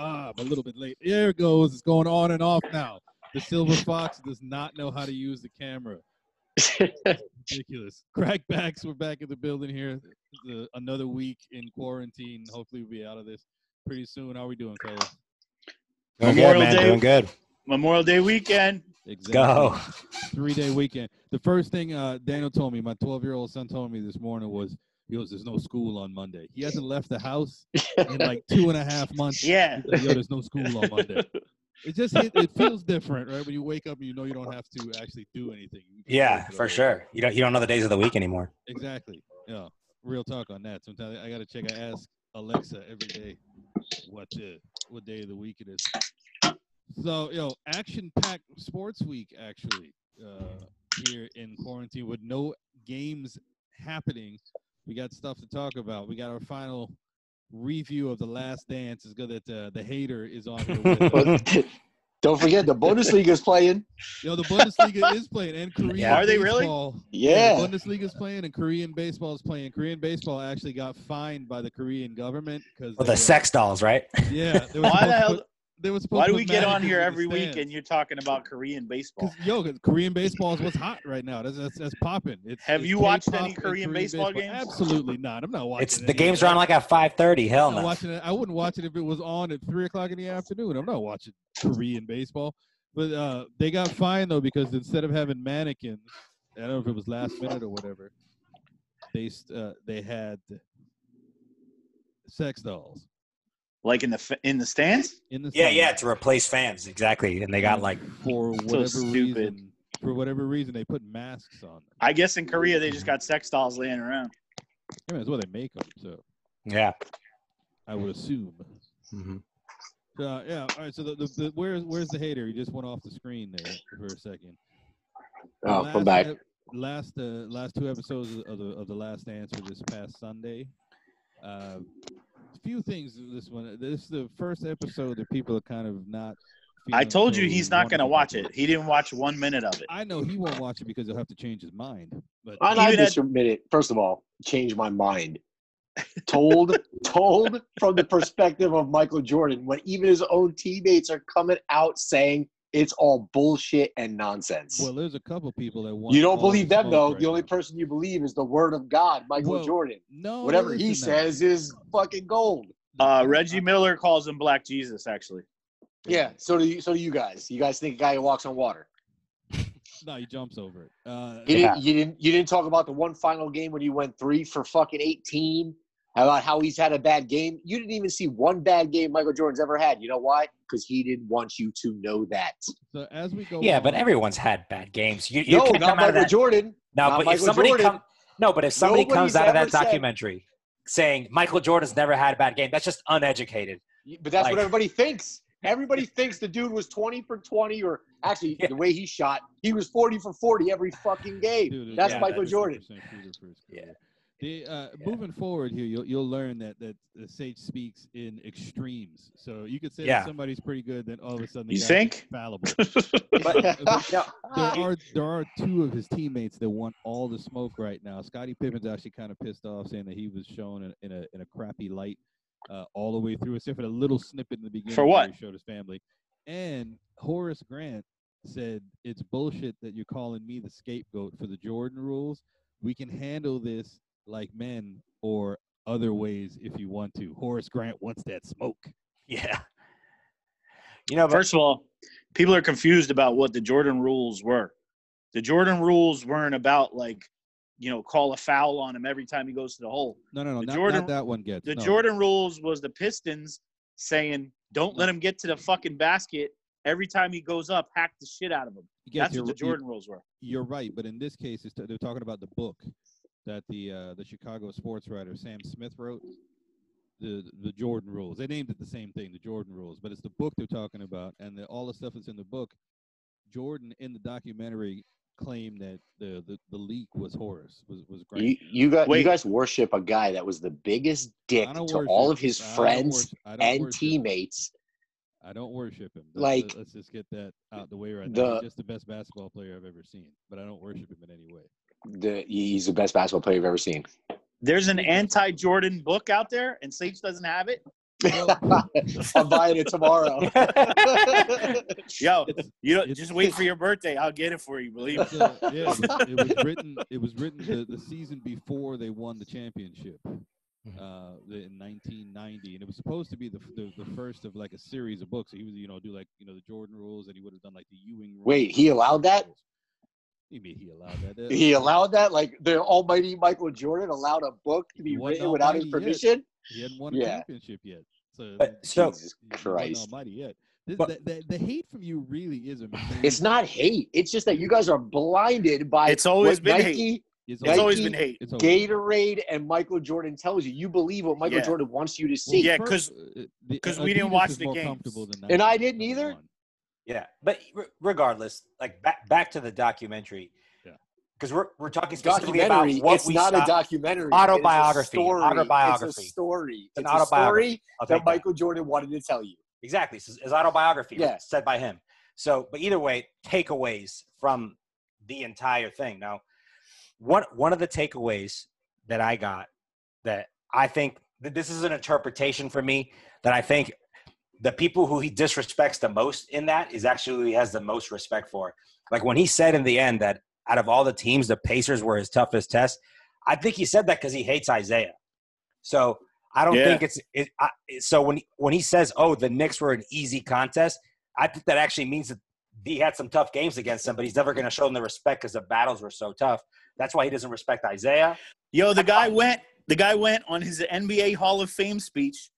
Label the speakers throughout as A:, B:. A: Ah, little bit late. There it goes. It's going on and off now. The silver fox does not know how to use the camera. Ridiculous. Crackbacks, we're back in the building here. This is, uh, another week in quarantine. Hopefully, we'll be out of this pretty soon. How are we doing, fellas?
B: Doing
C: Memorial
B: good, man.
C: Day.
B: Doing good.
C: Memorial Day weekend.
A: Exactly.
B: Go.
A: Three day weekend. The first thing uh, Daniel told me, my 12 year old son told me this morning was, he goes, there's no school on Monday. He hasn't left the house in like two and a half months.
C: Yeah.
A: He's like, Yo, there's no school on Monday. It just it, it feels different, right? When you wake up and you know you don't have to actually do anything. You can
B: Yeah,
A: take it
B: for
A: over.
B: sure. You don't you don't know the days of the week anymore.
A: Exactly. Yeah. Real talk on that. Sometimes I gotta check. I ask Alexa every day what the what day of the week it is. So yo, action packed sports week actually uh, here in quarantine with no games happening. We got stuff to talk about. We got our final review of the Last Dance. It's good that uh, the hater is on here. With us.
D: But don't forget the Bundesliga is playing.
A: Yo, the Bundesliga is playing and Korean.
B: Yeah.
C: Are they really?
A: baseball-
D: Yeah.
A: the Bundesliga's playing and Korean baseball is playing. Korean baseball actually got fined by the Korean government because
B: Well, the sex dolls, right?
A: Yeah, they were
C: Why
A: supposed
C: the
A: to
C: hell?
A: put- they were supposed
C: Why
A: to
C: do
A: put
C: we get on
A: mannequins
C: here
A: in the
C: every week
A: stands.
C: and you're talking about Korean baseball?
A: 'Cause, yo, 'cause Korean baseball is what's hot right now. That's that's, that's popping. It's,
C: Have
A: it's
C: you watched
A: K-pop
C: any
A: and
C: Korean baseball games?
A: Absolutely not. I'm not watching.
B: It's
A: any
B: the
A: of
B: games
A: that.
B: are on like at five thirty. Hell
A: I'm not
B: no.
A: watching it. I wouldn't watch it if it was on at three o'clock in the afternoon. I'm not watching Korean baseball. But uh, they got fined though because instead of having mannequins, I don't know if it was last minute or whatever, they st- uh, they had sex dolls
C: Like in the f- in the stands?
A: in the
B: Yeah,
A: stands
B: yeah, to replace fans, exactly. And they
D: Mm.
B: got like
A: for whatever
C: stupid.
A: reason. For whatever reason, they put masks on them.
C: I guess in Korea they just got sex dolls laying around.
A: I mean, that's what they make them. So
B: yeah.
A: I would assume.
B: Mhm.
A: Uh, yeah. All right. So the, the, the where's where's the hater? He just went off the screen there for a second. The
D: Oh,
A: last
D: come back.
A: ep- Last uh, last two episodes of the of the Last Dance were this past Sunday. Uh, few things. in This one. This is the first episode that people are kind of not.
C: I
A: feeling
C: told you
A: so
C: he's not going to
A: wonderful.
C: watch it. He didn't watch one minute of it.
A: I know he won't watch it because he'll have to change his mind. But
D: I like
C: Even
D: this for a minute. First of all, change my mind. Told, told from the perspective of Michael Jordan, when even his own teammates are coming out saying it's all bullshit and nonsense.
A: well, there's a couple people that want.
D: you don't
A: all the
D: believe them
A: smoke
D: though.
A: right
D: the only
A: now.
D: person you believe is the word of God, Michael
A: Well,
D: Jordan.
A: No.
D: Whatever he
A: listen now.
D: says is fucking gold.
C: Uh, Reggie Miller calls him Black Jesus. Actually,
D: Yeah. So do you, so do you guys. You guys think a guy who walks on water.
A: No, he jumps over it. Uh,
D: You, didn't, you didn't. You didn't talk about the one final game when you went three for fucking eighteen. About how he's had a bad game. You didn't even see one bad game Michael Jordan's ever had. You know why? Because he didn't want you to know that.
A: so as we go.
B: Yeah, but
A: on-
B: everyone's had bad games. You, you
D: no,
B: can't
D: not
B: come out of
D: Michael
B: that.
D: Jordan.
B: No,
D: not
B: but if
D: Michael
B: somebody
D: Jordan.
B: come no, but if somebody
D: Nobody's
B: comes out of
D: ever
B: that
D: said-
B: documentary saying Michael Jordan's never had a bad game, that's just uneducated.
D: But that's
B: Like-
D: what everybody thinks. Everybody thinks the dude was twenty for twenty, or actually
B: Yeah.
D: the way he shot, he was forty for forty every fucking game.
A: Dude,
D: that's
B: yeah,
D: Michael
A: that's
D: Jordan.
A: 100% Peter for his
B: Yeah.
A: career. The, uh,
B: Yeah.
A: Moving forward here, you'll, you'll learn that, that the sage speaks in extremes. So you could say
B: Yeah.
A: that somebody's pretty good, then all of a sudden the
C: You
A: guy's
C: think?
A: fallible.
D: But-
A: there are there are two of his teammates that want all the smoke right now. Scottie Pippen's actually kind of pissed off, saying that he was shown in, in a in a crappy light uh, all the way through, except for the little snippet in the beginning
C: For
A: where
C: what?
A: he showed his family. And Horace Grant said, "It's bullshit that you're calling me the scapegoat for the Jordan rules. We can handle this like men or other ways if you want to." Horace Grant wants that smoke.
B: Yeah. You know, but
C: First of all, people are confused about what the Jordan rules were. The Jordan rules weren't about like, you know, call a foul on him every time he goes to the hole.
A: No, no, no,
C: The
A: not,
C: Jordan-
A: not that one gets
C: The
A: no.
C: Jordan rules was the Pistons saying, "Don't let him get to the fucking basket." Every time he goes up, hack the shit out of him.
A: You get
C: That's
A: your-
C: what the
A: you-
C: Jordan rules were.
A: you're right, but in this case, it's they're talking about the book that the uh, the Chicago sports writer Sam Smith wrote, the the Jordan Rules. They named it the same thing, the Jordan Rules, but it's the book they're talking about, and the, all the stuff that's in the book. Jordan in the documentary claimed that the the, the leak was Horace was was Grant.
D: You, you guys,
C: Wait.
D: you guys worship a guy that was the biggest dick
A: I
D: to
A: don't worship-
D: all of his
A: I don't
D: friends
A: worship- I don't
D: and
A: worship-
D: teammates.
A: I don't worship him. Let's,
D: Like,
A: let's just get that out the way right now. He's
D: the-
A: just the best basketball player I've ever seen, but I don't worship him in any way.
D: The, he's the best basketball player you've ever seen.
C: There's an anti-Jordan book out there, and Sage doesn't have it.
D: I'm buying it tomorrow.
C: Yo,
A: It's-
C: you know,
A: it's-
C: just wait for your birthday. I'll get it for you. Believe me.
A: it's, uh, yeah, it was- it was written. It was written the, the season before they won the championship
C: Mm-hmm.
A: uh, the- in 1990, and it was supposed to be the, f- the the first of like a series of books. He was, you know, do like you know the Jordan rules, and he would have done like the Ewing. Rules,
D: Wait, he allowed that?
A: What do You mean he allowed that? Uh,
D: he allowed that? Like the almighty Michael Jordan allowed a book to
A: He
D: be
A: wasn't
D: written without his
A: almighty yet.
D: permission?
A: He hadn't won a
D: Yeah.
A: championship yet. So,
E: But- so-
D: Jesus
A: he wasn't
D: Christ.
A: Almighty yet. This,
E: But-
A: the, the, the hate from you really is amazing.
D: It's not hate. It's just that you guys are blinded by
C: It's always
D: what
C: been hate.
D: Nike,
C: It's always
D: Nike
C: been hate.
A: it's always been hate.
D: Gatorade, and Michael Jordan tells you. You believe what Michael
C: Yeah.
D: Jordan wants you to
A: Well,
D: see.
C: Yeah,
A: first,
C: 'cause-
A: uh, the-
C: 'cause we
A: Adidas
C: didn't watch
A: is
C: the
A: more
C: games.
A: comfortable than
D: And I
A: Nike,
D: didn't
A: number
D: either.
A: one.
E: Yeah, but re- regardless, like back back to the documentary.
A: Yeah.
E: Because we're we're talking specifically about
D: documentary.
E: what
D: It's
E: we
D: not
E: saw.
D: a documentary.
E: Autobiography,
D: It's a story. It's
E: autobiography.
D: a story.
E: An
D: It's a story
E: autobiography. I'll
D: that
E: take that.
D: Michael Jordan wanted to tell you.
E: Exactly. So his autobiography
D: Yeah.
E: said by him. So, but either way, takeaways from the entire thing. Now, one one of the takeaways that I got that I think that this is an interpretation for me that I think the people who he disrespects the most in that is actually who he has the most respect for. Like when he said in the end that out of all the teams, the Pacers were his toughest test. I think he said that because he hates Isaiah. So I don't
C: Yeah.
E: think it's it, I, so when when he says, "Oh, the Knicks were an easy contest," I think that actually means that he had some tough games against them, but he's never going to show them the respect because the battles were so tough. That's why he doesn't respect Isaiah.
C: Yo, the guy went. The guy went on his NBA Hall of Fame speech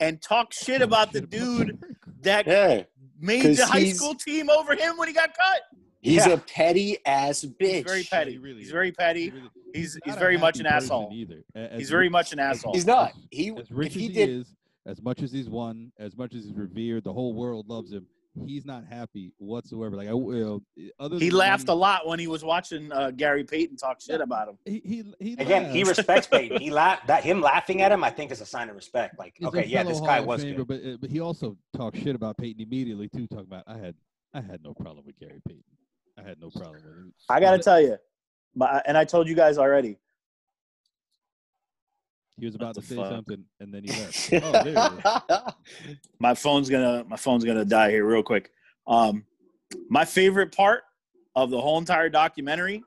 C: and talked shit about the dude that
D: Yeah.
C: made
D: 'Cause
C: the high
D: he's-
C: school team over him when he got cut.
D: He's
E: Yeah.
D: a petty ass
C: He's
D: bitch.
C: very
A: Yeah,
C: petty.
A: he really
C: he's
A: is.
C: very
A: He
C: petty.
A: really-
C: He's he's
A: not a
C: very much an
A: happy person
C: asshole.
A: either. A- as
C: He's very
A: rich-
C: much an asshole.
D: He's not. He
A: As rich
D: if he
A: as he
D: did
A: is, as much as he's won, as much as he's revered, the whole world loves him. He's not happy whatsoever. Like I, uh, other
C: He
A: than
C: laughed a
A: one-
C: lot when he was watching uh, Gary Payton talk shit
A: Yeah.
C: about him.
A: He, he, he
E: Again, he
A: laughed.
E: respects Peyton. He laughed that him laughing at him. I think is a sign of respect. Like,
A: He's a
E: okay, yeah,
A: fellow
E: this guy
A: Hall of
E: was
A: Famer,
E: good.
A: But, uh, but he also talked shit about Peyton immediately too. Talking about I had I had no problem with Gary Payton. I had no problem with him.
C: I got to tell you, but and I told you guys already.
A: He was about
C: the
A: to say
C: fuck?
A: something and then he left. oh, there it is.
C: My phone's gonna my phone's gonna die here real quick. Um, my favorite part of the whole entire documentary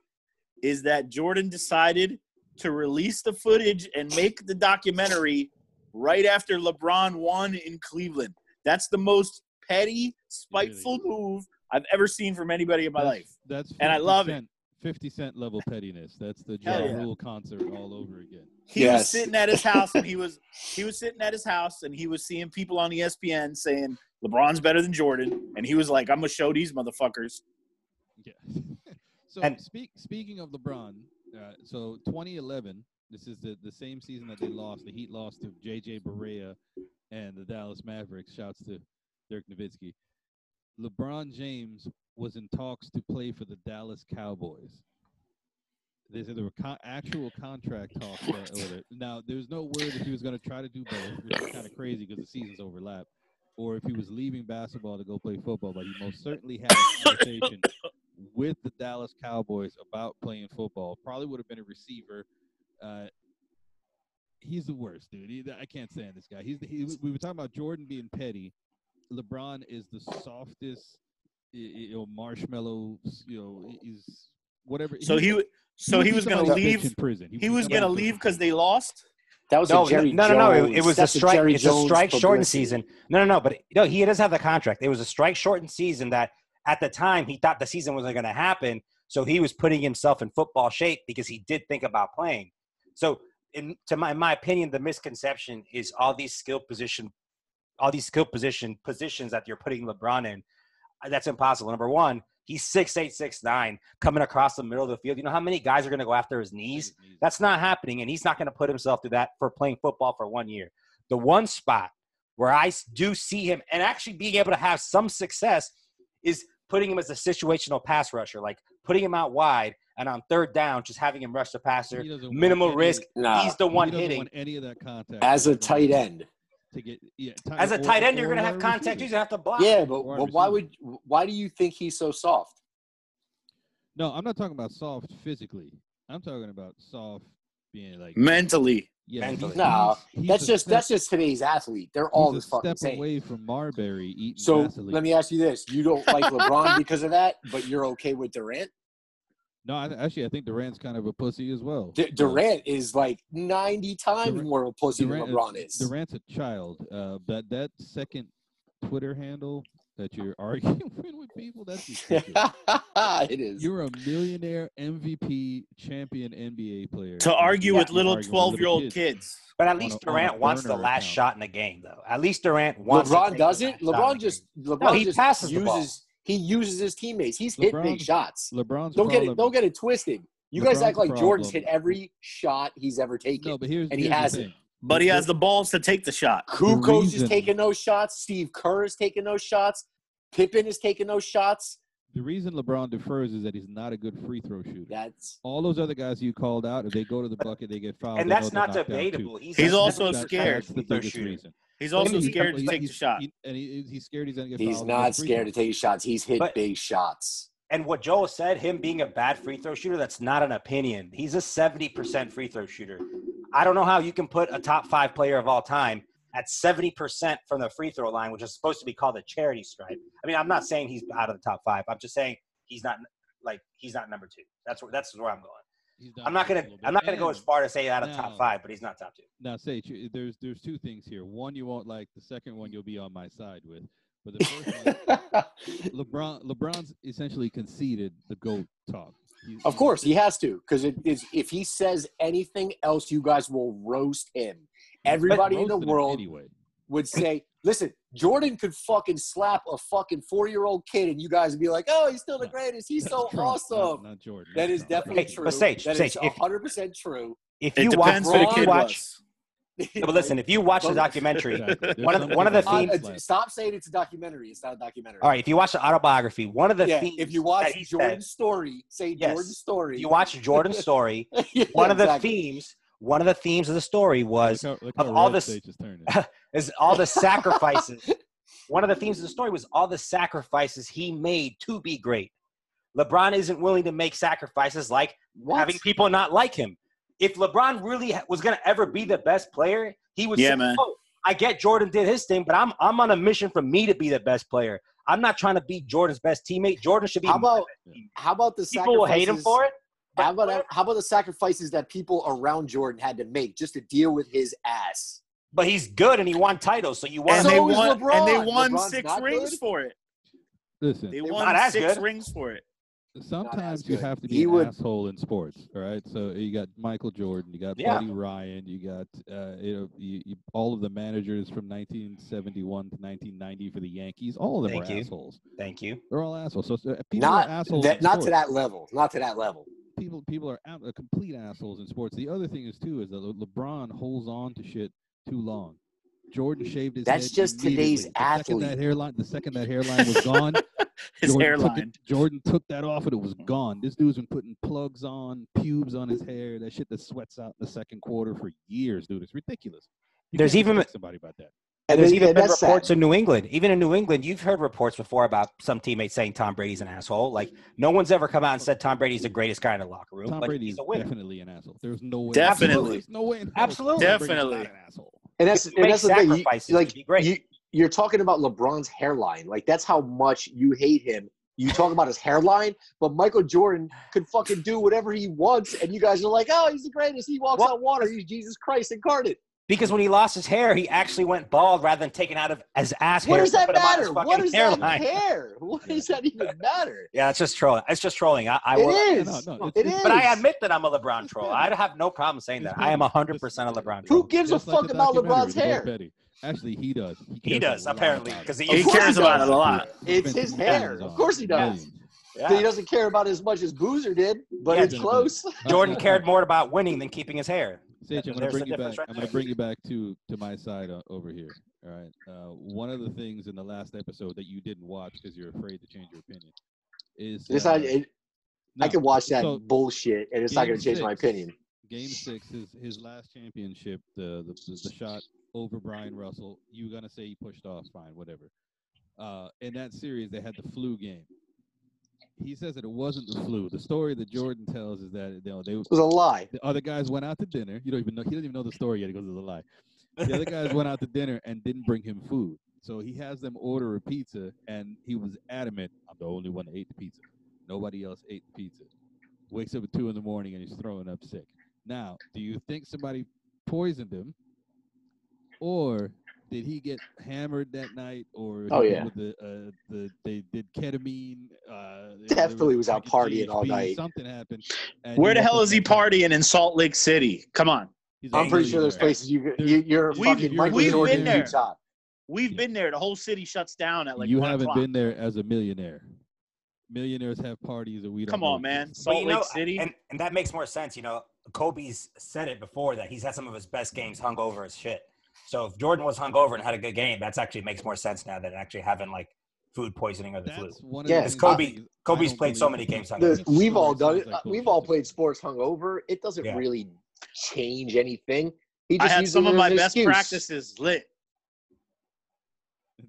C: is that Jordan decided to release the footage and make the documentary right after LeBron won in Cleveland. That's the most petty, spiteful move I've ever seen from anybody in my
A: That's-
C: life.
A: That's 50
C: And I love it.
A: cent, Fifty Cent level pettiness. That's the Ja
C: Hell yeah.
A: Rule concert all over again.
C: he was
D: Yes.
C: sitting at his house and he was he was sitting at his house and he was seeing people on E ESPN saying LeBron's better than Jordan and he was like I'm gonna show these motherfuckers.
A: Yeah. so
E: And-
A: speak, speaking of LeBron, uh, so 2011, this is the, the same season that they lost. The Heat lost to J.J. Barea and the Dallas Mavericks. Shouts to Dirk Nowitzki. LeBron James was in talks to play for the Dallas Cowboys. They said there were con- actual contract talks. That, or that- now, there's no word if he was going to try to do both, which is kind of crazy because the seasons overlap, or if he was leaving basketball to go play football. But he most certainly had a conversation with the Dallas Cowboys about playing football. Probably would have been a receiver. Uh, he's the worst, dude. He, I can't stand this guy. He's the, he, we were talking about Jordan being petty. LeBron is the softest, y- y- you know, marshmallow. s- You know, he- he's whatever.
C: So he w- so he was gonna
A: somebody's bitch
C: leave.
A: in prison.
C: He was gonna leave because they lost.
D: that was
E: No,
D: a Jerry
E: no, no, no,
D: Jones.
E: It, it was a
D: That's
E: strike.
D: Jerry
E: it's
D: Jones
E: a strike shortened
D: publicity.
E: season. No, no, no. But no, he does have the contract. It was a strike shortened season that at the time he thought the season wasn't going to happen. So he was putting himself in football shape because he did think about playing. So, in to my my opinion, the misconception is all these skill position, all these skill position positions that you're putting LeBron in. uh, That's impossible. Number one, he's six eight six nine, coming across the middle of the field. You know how many guys are going to go after his knees? That's not happening, and he's not going to put himself through that for playing football for one year. The one spot where I s- do see him and actually being able to have some success is putting him as a situational pass rusher, like putting him out wide and on third down, just having him rush the passer.
A: He doesn't
E: Minimal
A: want any-
E: risk.
D: Nah.
E: He's the
A: he
E: one
A: doesn't
E: hitting.
A: want any of that contact
D: as a
A: with
D: tight
A: LeBron
D: end.
A: To get, yeah, tight-
E: As a
A: or-
E: tight end, you're
A: or
E: going to have
A: wide
E: contact. You're
A: receiver.
E: going to have to block.
D: Yeah, but,
A: Wide
D: but why would
A: receiver.
D: why do you think he's so soft?
A: No, I'm not talking about soft physically. I'm talking about soft being like
C: Mentally,
A: Yeah,
E: Mentally.
A: he's-
D: No,
A: he's- he's
D: that's
A: a
D: just
A: step-
D: that's just today's athlete. They're all the
A: he's a step
D: fucking same.
A: away from Marbury eating.
D: So
A: Vaseline.
D: let me ask you this: You don't like LeBron because of that, but you're okay with Durant.
A: No, I, actually, I think Durant's kind of a pussy as well.
D: D-
A: Uh,
D: Durant is like 90 times
A: Durant-
D: more of a pussy than LeBron is.
A: Durant's a child. Uh, but that second Twitter handle that you're arguing with people, that's ridiculous.
D: it is.
A: You're a millionaire MVP champion NBA player.
C: To
A: and
C: argue
A: you're
C: with little
A: arguing with little
C: 12 year old
A: kids.
C: kids.
E: But at
A: On
E: least
A: a- on a
E: Durant wants the
A: burner
E: last
A: account.
E: shot in the game, though. At least Durant wants. to
D: LeBron
E: take the
D: doesn't.
E: last shot in
D: LeBron
E: the
D: just
E: game.
D: LeBron
E: he
D: just
E: passes the
D: uses
E: ball.
D: he uses his teammates. He's hit big
A: LeBron-
D: shots.
A: LeBron's
D: Don't get
A: problem,
D: it. Don't get it twisted. You guys act
A: LeBron's
D: like Jordan's hit
A: problem-
D: every shot he's ever taken.
A: No, but here's,
D: and he
A: here's the
D: hasn't.
A: thing.
C: But he has the balls to take the shot.
D: Kukoc
A: reason-
D: is taking those shots. Steve Kerr is taking those shots. Pippen is taking those shots.
A: The reason LeBron defers is that he's not a good free throw shooter.
D: That's
A: All those other guys you called out, if they go to the bucket, they get fouled.
E: and
A: they
E: that's
A: know they're
E: not
A: knocked down, too.
E: debatable. He's,
C: He's
E: not-
C: also
E: that's not
C: scared.
A: That's the
E: Free throw
A: biggest
E: shooter.
A: reason.
C: He's also
E: He's
C: scared to
A: He's-
C: take the
A: he's-
C: shot.
A: he- and he, he's scared he's going to get
D: he's
A: fouled.
D: not scared to take shots. He's hit
E: But-
D: big shots.
E: And what Joel said, him being a bad free throw shooter, that's not an opinion. He's a 70% free throw shooter. I don't know how you can put a top five player of all time at 70% from the free throw line, which is supposed to be called a charity stripe. I mean, I'm not saying he's out of the top five. I'm just saying he's not like he's not number two. That's where that's where I'm going. I'm not gonna I'm not gonna go as far to say out of
A: No.
E: top five, but he's not top two.
A: Now, say you- there's there's two things here. One you won't like. The second one you'll be on my side with. But the first one, LeBron LeBron's essentially conceded the goat talk. He-
D: Of
A: he-
D: course, he has to because it is. If he says anything else, you guys will roast him. Everybody in the
A: roasted him
D: world
A: anyway.
D: would say, "Listen, Jordan could fucking slap a fucking four-year-old kid," and you guys would be like, "Oh, he's still the
A: No.
D: greatest. He's so
A: Trump, not-
D: awesome."
A: not Jordan.
D: That is
A: Trump.
D: definitely
E: Hey,
D: true.
E: but Sage,
D: That is
E: Sage, if-
D: 100% true.
E: If
C: It
E: you watch,
C: depends who the
E: if you
C: kid
E: watch
C: was.
E: no, but listen, if you watch the
D: Well,
E: documentary,
A: Exactly. There's
E: One of the-
A: some
E: one of
A: kids
E: the
A: that
D: Uh,
A: get
E: themes-
A: slapped.
D: stop saying it's a documentary. It's not a documentary.
E: all right, if you watch the autobiography, one of the
D: yeah,
E: themes
D: if you
E: that
D: watch
E: he said-
D: Jordan's story, say
E: Yes.
D: Jordan's story.
E: If you watch Jordan's story, one of the themes one of the themes of the story was
A: Look how- look
E: of
A: how
E: all
A: red
E: this-
A: Sage is turning.
E: is all the sacrifices one of the themes of the story was all the sacrifices he made to be great lebron isn't willing to make sacrifices like
D: What?
E: having people not like him if lebron really ha- was going to ever be the best player he would
C: Yeah,
E: say
C: man.
E: "Oh, i get jordan did his thing but i'm i'm on a mission for me to be the best player i'm not trying to be jordan's best teammate jordan should be
D: how about
A: Yeah.
D: how about the
E: people will hate him
D: sacrifices-
E: for it but
D: How about
E: whatever.
D: how about the sacrifices that people around Jordan had to make just to deal with his ass?
E: but he's good and he won titles so you want
C: And,
D: So
C: they
D: is
C: won, and they
D: LeBron.
C: won
D: LeBron's
C: six
D: not
C: rings
D: good?
C: for it.
A: Listen,
C: They
D: Not
C: won
E: as
C: six
E: good.
C: rings for it.
A: Sometimes
D: as
A: you
D: good.
A: have to be
D: He
A: an
D: would-
A: asshole in sports. All right, so you got Michael Jordan, you got
E: Yeah.
A: Buddy Ryan, you got uh, you know you, you, all of the managers from 1971 to 1990 for the Yankees. All of them
E: Thank
A: were
E: you.
A: assholes.
E: thank you
A: They're all assholes. So so, uh, people
D: Not
A: are assholes.
D: that,
A: in
D: not to
A: sports.
D: that level. Not to that level.
A: People people are out, uh, complete assholes in sports. The other thing is too is that Le- LeBron holds on to shit too long. Jordan shaved his
D: That's
A: head.
D: just today's
A: immediately. The second that
D: athlete.
A: hairline, the second that hairline was gone,
C: His
A: Jordan took,
C: hairline.
A: it, Jordan took that off and it
D: Mm-hmm.
A: was gone. This dude's been putting plugs on, pubes on his hair, that shit that sweats out in the second quarter for years, dude. It's ridiculous. You
E: There's
A: can't
E: even-
A: respect somebody about that.
E: And there's
D: then-
E: even been
D: that's
E: reports
D: sad.
E: in New England. Even in New England, you've heard reports before about some teammates saying Tom Brady's an asshole. Like no one's ever come out and said Tom Brady's the greatest guy in the locker room.
A: Tom
E: but
A: Brady
E: he's
A: is
E: a winner.
A: definitely an asshole. There's no way.
C: Definitely.
A: There's no way. in hell
E: Absolutely.
A: Tom Brady's not
C: Definitely.
A: an asshole.
D: And that's
E: People
D: and that's the
E: make
D: thing. You-
E: sacrifices
D: like
E: to be great.
D: you, you're talking about LeBron's hairline. Like that's how much you hate him. You talk about his hairline, but Michael Jordan could fucking do whatever he wants, and you guys are like, "Oh, he's the greatest. He walks
E: Well-
D: on water. He's Jesus Christ incarnate."
E: Because when he lost his hair, he actually went bald rather than taking out of his ass
D: What
E: hair
D: does
E: to
D: that
E: put him on his
D: matter? What
E: fucking
D: does
E: hairline.
D: that care? What does that even matter?
E: Yeah, it's just trolling. It's just trolling. I, I
D: It
E: will.
A: Yeah,
D: is.
A: no, no,
D: It
A: it's-
D: is.
E: But I admit that I'm a LeBron
A: It's
E: troll.
A: petty.
E: I have no problem saying
A: It's
E: that. I am
A: petty.
E: 100% a
A: It's-
E: LeBron
D: Who
E: troll.
D: gives a
A: Just like
D: fuck
A: the
D: about
A: documentary
D: LeBron's
A: with Bo
D: hair?
A: Petty. Actually, he does. He,
E: He
A: cares
E: does
A: a lot
E: apparently
A: about it.
E: because
C: He
D: Of course
C: cares
D: he
C: about it
D: does.
C: a lot.
D: It's
A: Spent
D: his
A: millions
D: hair.
A: on
D: Of
A: it.
D: course he does.
A: Millions.
E: Yeah.
D: So he doesn't care about it as much as Boozer did, but
E: Yeah,
D: it's
A: Gonna be-
D: close.
E: Jordan
A: Uh, uh,
E: cared more about winning than keeping his hair.
A: Sage, I'm gonna
E: There's the
A: bring you back.
E: difference right
A: I'm gonna
E: there.
A: bring you back to to my side uh, over here. All right. Uh, one of the things in the last episode that you didn't watch because you're afraid to change your opinion is
D: It's
A: uh,
D: not, it, I
A: no,
D: can watch that
A: so-
D: bullshit, and it's not
A: Game
D: going to change my
A: six.
D: opinion.
A: game six. His his last championship. The the, the, the shot over Brian Russell. You're gonna say he pushed off. Fine, whatever. Uh, in that series, they had the flu game. he says that it wasn't the flu. The story that Jordan tells is that you know, they
D: was a lie.
A: the other guys went out to dinner. You don't even know. He doesn't even know the story yet. He goes, "It's a lie." The other guys went out to dinner and didn't bring him food. So he has them order a pizza, and he was adamant, "I'm the only one that ate the pizza. Nobody else ate the pizza." Wakes up at two in the morning and he's throwing up sick. Now, do you think somebody poisoned him, or did he get hammered that night? Or he
D: Oh,
A: was
D: yeah.
A: with the, uh, the they did ketamine. Uh, they- they
D: Definitely was out
A: drinking
D: partying all
A: GHB,
D: night.
A: Something happened. and
C: Where the
A: woke
C: hell
A: up
C: is he
A: that night.
C: partying in Salt Lake City? Come on.
A: He's
D: I'm pretty sure
A: everywhere.
D: there's places you,
A: Dude,
D: you you're
A: if
D: fucking
A: you're-
D: Michael
C: we've
D: Jordan
C: been
D: in
C: there.
D: Utah.
C: We've
A: Yeah.
C: been there. The whole city shuts down at like
A: you
C: one
A: haven't
C: o'clock.
A: been there as a millionaire. Millionaires have parties and we don't.
C: Come
A: know
C: on,
A: it
C: man.
A: is.
E: But
C: Salt
E: you
C: Lake
E: know,
C: City.
E: and, and that makes more sense. You know, Kobe's said it before that he's had some of his best games hung over as shit. So if Jordan was hung over and had a good game, that's actually makes more sense now than actually having like food poisoning or the flu.
A: That's one of
D: Yeah,
A: the things
E: Kobe-
A: that is- I
E: Kobe's
A: don't
E: played so
A: believe
E: many
A: that
E: games
A: people-
E: on
D: The,
E: That
D: we've all
A: story
D: done
A: sounds
D: it.
A: like
D: uh, We've
A: bullshit
D: all
A: to me.
D: played sports hungover. It doesn't
E: Yeah.
D: really change anything. He
C: I
D: just
C: had
D: used
C: some
D: it
C: of
D: as
C: my
D: an
C: best
D: excuse.
C: practices lit.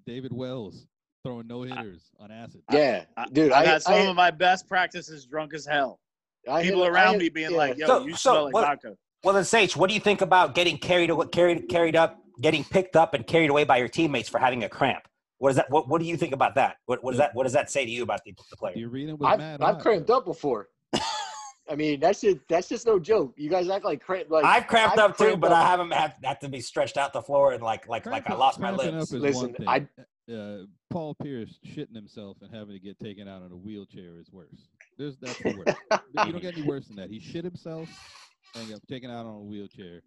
A: David Wells throwing no hitters on acid.
D: Yeah,
C: I-
D: dude, I,
C: I've
D: I,
C: had some of my best practices drunk as hell.
D: I hit
C: People
D: a- I
C: around
D: hit-
C: me being
D: yeah.
C: like, yo,
E: So-
C: you
E: so
C: smell like
E: what-
C: vodka.
E: Well, then, Sage, what do you think about getting carried aw- carried carried up, getting picked up and carried away by your teammates for having a cramp? What is that? What, what do you think about that? What, what does that? What does that say to you about the, the player?
A: The arena was
D: I've,
A: mad.
D: I've
A: hot,
D: cramped
A: though.
D: up before. I mean, that's just that's just no joke. You guys act like cramp. Like
E: I've cramped
D: I've
E: up too,
D: cramped
E: but
D: up.
E: I haven't had, had to be stretched out the floor and like like like I
A: Cramping-
E: lost my
A: cramping
E: limbs.
A: Up is
D: Listen,
A: one thing.
D: I-
A: uh, Paul Pierce shitting himself and having to get taken out on a wheelchair is worse. There's that's the worst. you don't get any worse than that. He shit himself and got taken out on a wheelchair.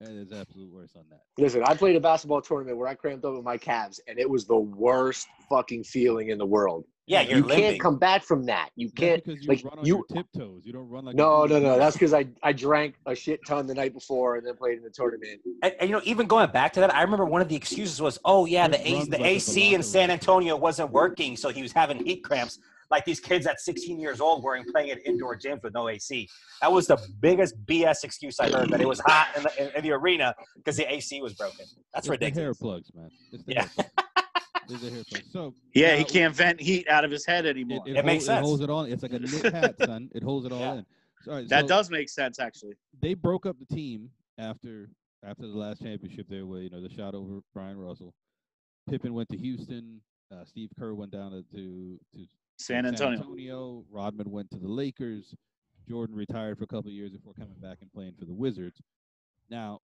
A: That is absolute worse on that.
D: Listen, I played a basketball tournament where I cramped up with my calves, and it was the worst fucking feeling in the world.
E: Yeah,
D: You
E: you're limping.
D: can't come back from that. You
A: That's
D: can't.
A: because you
D: like,
A: run on
D: you-
A: your tiptoes. You don't run like a
D: No, no,
A: human
D: no.
A: being.
D: That's because I I drank a shit ton the night before and then played in the tournament.
E: And, and, you know, even going back to that, I remember one of the excuses was, "Oh yeah, the
A: Chris
E: A-
A: runs
E: the
A: like a
E: AC in San
A: velociraptor.
E: Antonio wasn't working, so he was having heat cramps." Like these kids at 16 years old were in- playing at indoor gyms with no AC. That was the biggest BS excuse I heard. That it was hot in the, in, in the arena because the AC was broken. That's
A: It's the hair
E: ridiculous.
A: plugs, man. It's the
E: Yeah.
A: hair plugs. It's the hair plugs. So
C: Yeah, he
A: Now-
C: can't vent heat out of his head anymore.
A: it, it,
E: It makes
A: hol-
E: sense.
A: It holds it all. It's like a knit hat, son. It holds it all
E: Yeah.
A: in. So, all right,
C: that
A: so
C: does make sense, actually.
A: They broke up the team after after the last championship. There, where you know the shot over Brian Russell. Pippen went to Houston. Uh, Steve Kerr went down to to, to
C: San Antonio.
A: Antonio. Rodman went to the Lakers. Jordan retired for a couple of years before coming back and playing for the Wizards. Now,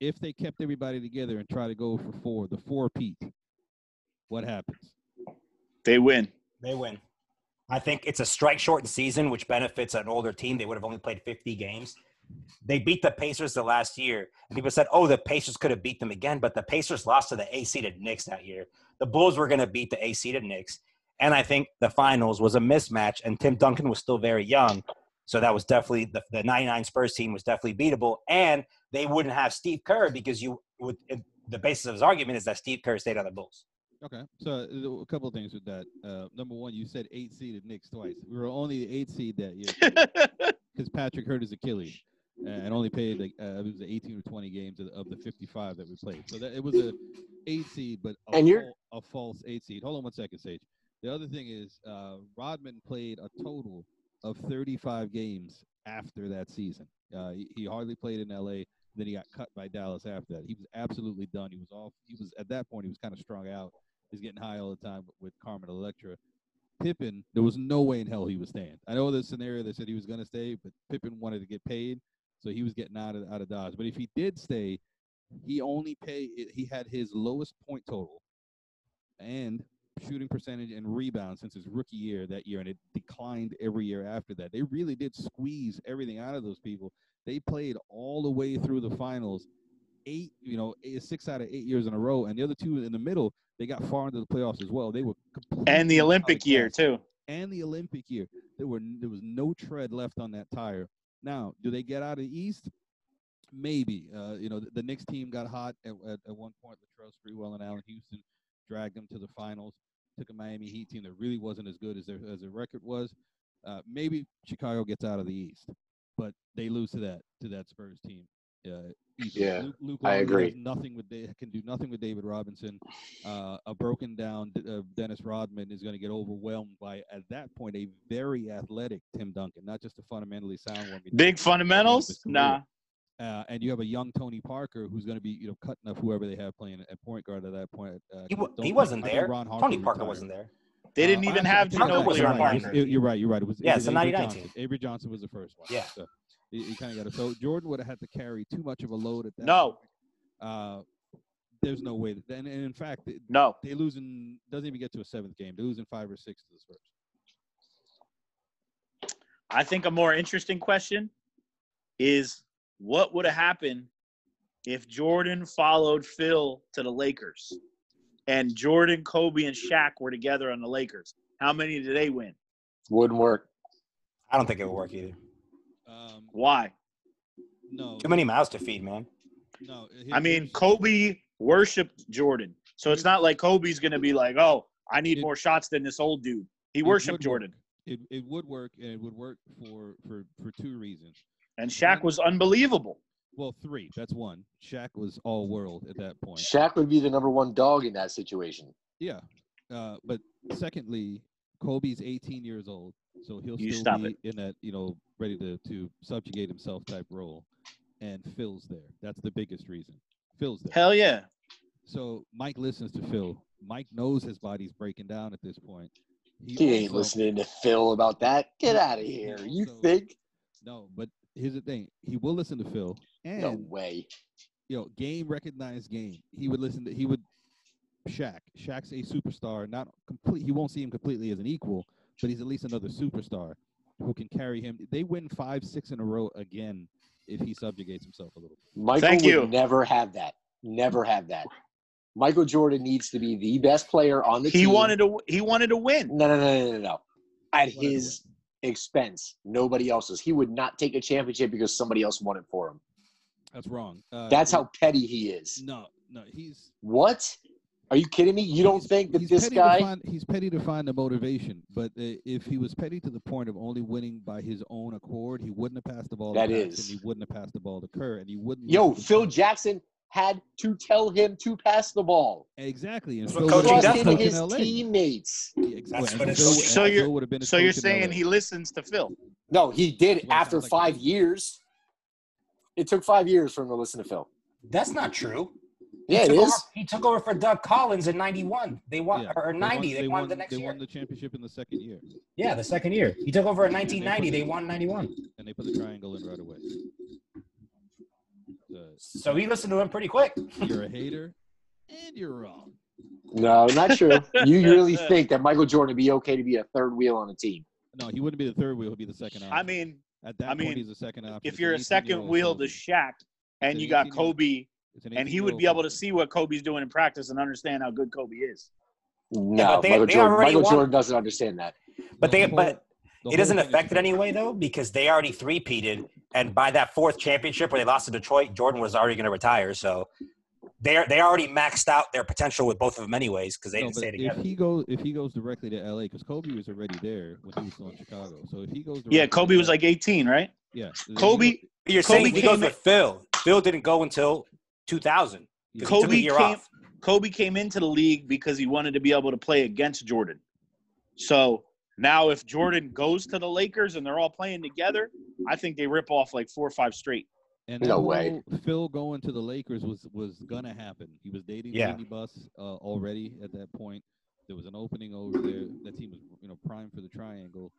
A: if they kept everybody together and try to go for four, the four peat, what happens?
C: They win.
E: They win. I think it's a strike shortened season, which benefits an older team. They would have only played 50 games. They beat the Pacers the last year, and people said, "Oh, the Pacers could have beat them again," but the Pacers lost to the AC to Knicks that year. The Bulls were going to beat the AC to Knicks, and I think the finals was a mismatch. And Tim Duncan was still very young, so that was definitely the, the '99 Spurs team was definitely beatable. And they wouldn't have Steve Kerr because you would. The basis of his argument is that Steve Kerr stayed on the Bulls.
A: Okay, so uh, th- a couple of things with that. Uh, number one, you said eight seeded Knicks twice. We were only the eight seed that year because Patrick hurt his Achilles uh, and only played like uh, it was the 18 or 20 games of, the- of the 55 that we played. So that it was a eight seed, but a,
D: And you're-
A: fal- a false eight seed. Hold on one second, Sage. The other thing is uh, Rodman played a total of 35 games after that season. Uh, he, he hardly played in LA. Then he got cut by Dallas after that. He was absolutely done. He was off. He was at that point. He was kind of strung out. He's getting high all the time with Carmen Electra. Pippen, there was no way in hell he was staying. I know the scenario that said he was going to stay, but Pippen wanted to get paid, so he was getting out of out of Dodge. But if he did stay, he only paid. He had his lowest point total and shooting percentage and rebound since his rookie year that year, and it declined every year after that. They really did squeeze everything out of those people. They played all the way through the finals, eight, you know, eight, six out of eight years in a row, and the other two in the middle, they got far into the playoffs as well. They were completely
C: and the Olympic year,
A: outclassed
C: too.
A: and the Olympic year. There were n- there was no tread left on that tire. Now, do they get out of the East? Maybe. Uh, you know, the, the Knicks team got hot at, at, at one point. Latrell Sprewell and Allen Houston dragged them to the finals. Took a Miami Heat team that really wasn't as good as their as their record was. Uh, maybe Chicago gets out of the East, but they lose to that to that Spurs team. Yeah, he's-
D: Yeah,
A: Luke, Luke
D: I
A: Longley
D: agree.
A: has Nothing with Da- can do nothing with David Robinson. Uh, a broken down D- uh, Dennis Rodman is going to get overwhelmed by at that point a very athletic Tim Duncan, not just a fundamentally sound one. we know
C: Big
A: of
C: fundamentals?
A: his career.
C: Nah.
A: Uh, and you have a young Tony Parker who's going to be you know cutting up whoever they have playing at point guard at that point. Uh,
B: He, wa-
A: don't-
B: he wasn't
A: I know
B: there.
A: Ron Harper
B: Tony Parker
A: retired.
B: wasn't there.
C: They didn't
A: Uh,
C: even
A: actually,
C: have
A: I think
B: Duncan
C: Ginobili
B: was
A: you're
B: our
C: on
A: right. It
C: that
A: was-
B: partner.
C: team.
A: it- You're right. You're right. It was it
B: Yeah,
A: was
B: it's the
A: Avery
B: 99
A: Johnson.
B: team.
A: Avery Johnson was the first one.
B: Yeah.
A: So he, he kind of got a so Jordan would have had to carry too much of a load at that.
C: No,
A: Uh, there's no way. That, and, and in fact, they,
C: no.
A: they losing doesn't even get to a seventh game. They losing five or six to the Spurs.
C: I think a more interesting question is what would have happened if Jordan followed Phil to the Lakers and Jordan, Kobe, and Shaq were together on the Lakers? How many did they win?
D: Wouldn't work.
B: I don't think it would work either.
A: Um,
C: Why?
A: no,
B: Too many mouths to feed, man.
A: no.
C: I
A: here's-
C: mean,
A: here's-
C: Kobe worshiped Jordan. So it's not like Kobe's going to be like, oh, I need
A: It-
C: more shots than this old dude. He
A: it
C: worshiped
A: would
C: Jordan.
A: work. It, it would work, and it would work for for for two reasons.
C: And Shaq was unbelievable.
A: Well, three. That's one. Shaq was all world at that point.
D: Shaq would be the number one dog in that situation.
A: Yeah. Uh, but secondly, Kobe's 18 years old, so he'll
C: You
A: still
C: stop
A: be in that, you know, ready to, to subjugate himself type role. And Phil's there. That's the biggest reason. Phil's there.
C: Hell yeah.
A: So Mike listens to Phil. Mike knows his body's breaking down at this point.
D: He ain't
A: also-
D: listening to Phil about that. Get out of
A: he
D: here. You
A: also-
D: think?
A: No, but here's the thing. He will listen to Phil. And
D: No way.
A: you know, game recognized game. He would listen to he would Shaq. Shaq's a superstar, not complete he won't see him completely as an equal, but he's at least another superstar who can carry him. They win five, six in a row again if he subjugates himself a little bit.
D: Michael
C: Thank
D: would
C: you.
D: never have that. Never have that. Michael Jordan needs to be the best player on the
C: He
D: team.
C: wanted to he wanted to win.
D: no, no, no, no, no, no. At
A: Wanted to
D: his expense, nobody else's. He would not take a championship because somebody else won it for him.
A: That's wrong. Uh,
D: That's how petty he is.
A: no, no, he's
D: What? Are you kidding me? You don't
A: he's-
D: think that
A: he's
D: this
A: petty
D: guy?
A: to find, he's petty to find the motivation, but uh, if he was petty to the point of only winning by his own accord, he wouldn't have passed the ball
D: That
A: to
D: is.
A: and he wouldn't have passed the ball to Kerr and he wouldn't
D: Yo,
A: listen to
D: Phil
A: Shaq.
D: Jackson had to tell him to pass the ball.
A: Exactly. And
B: That's
A: Phil
B: what
A: would
B: coaching does.
A: have been a
D: Trusted
A: coach in
D: his
A: LA.
D: teammates.
A: Yeah, ex-
B: That's
A: and
B: what it
A: Phil-
B: is.
A: and
C: So you're-
A: Phil would have been a
C: So
A: coach
C: you're
A: in
C: saying
A: LA.
C: he listens to Phil.
D: No, he did
A: Well, it
D: after
A: sounds like-
D: five years. It took five years for him to listen to Phil.
B: That's not true. He
D: Yeah, it
B: took
D: is.
B: Over, he took over for Doug Collins in '91. They won
A: Yeah,
B: or, or
A: they
B: '90. They,
A: they
B: won, the next
A: They
B: year.
A: won the championship in the second year,
B: yeah, the second year. He took over in
A: they put
B: 1990. They
A: it-
B: won '91.
A: and they put the triangle in right away. So,
B: So he listened to him pretty quick.
A: you're a hater, and you're wrong.
D: No, not true. you really think that Michael Jordan would be okay to be a third wheel on a team?
A: No, he wouldn't be the third wheel. He'd be the second option.
C: I mean,
A: at that
C: I mean,
A: point, he's the second option.
C: if
A: It's
C: you're
A: an
C: a second
A: 18-year-old
C: wheel to
A: Kobe.
C: Shaq
A: It's
C: and
A: an
C: you got
A: 18-year-old
C: Kobe
A: It's an
C: and he would
A: 18-year-old
C: be able to
A: Kobe.
C: see what Kobe's doing in practice and understand how good Kobe is.
D: No,
B: but they-
D: Michael,
B: they
D: Jordan,
B: already
D: Michael
B: won.
D: Jordan doesn't understand that.
B: But
A: The
B: they-
A: whole-
B: but
A: the
B: it doesn't
A: whole thing is
B: affect it
A: built-
B: anyway though because they already three-peated and by that fourth championship where they lost to detroit jordan was already going to retire so they're they already maxed out their potential with both of them anyways because they
A: No,
B: didn't
A: but
B: stay together
A: if he goes, if he goes directly to LA, because Kobe was already there when he was still in Chicago. So if he goes, directly
C: Yeah,
A: to
C: Kobe was
A: LA
C: like 18, right?
A: yeah, if he
C: Kobe
A: goes-
B: you're
C: Kobe
B: saying if he
C: came
B: goes
C: in-
B: with phil phil didn't go until 2000
A: yeah.
B: 'cause he took a
C: Kobe
B: year
C: came-
B: off.
C: Kobe came into the league because he wanted to be able to play against Jordan. So now if Jordan goes to the Lakers and they're all playing together, I think they rip off like four or five straight.
A: And
D: No
A: that
D: way.
A: whole Phil going to the Lakers was was gonna happen. He was dating
B: Yeah.
A: Lindy Bus uh, already at that point. There was an opening over there. That team was you know primed for the triangle.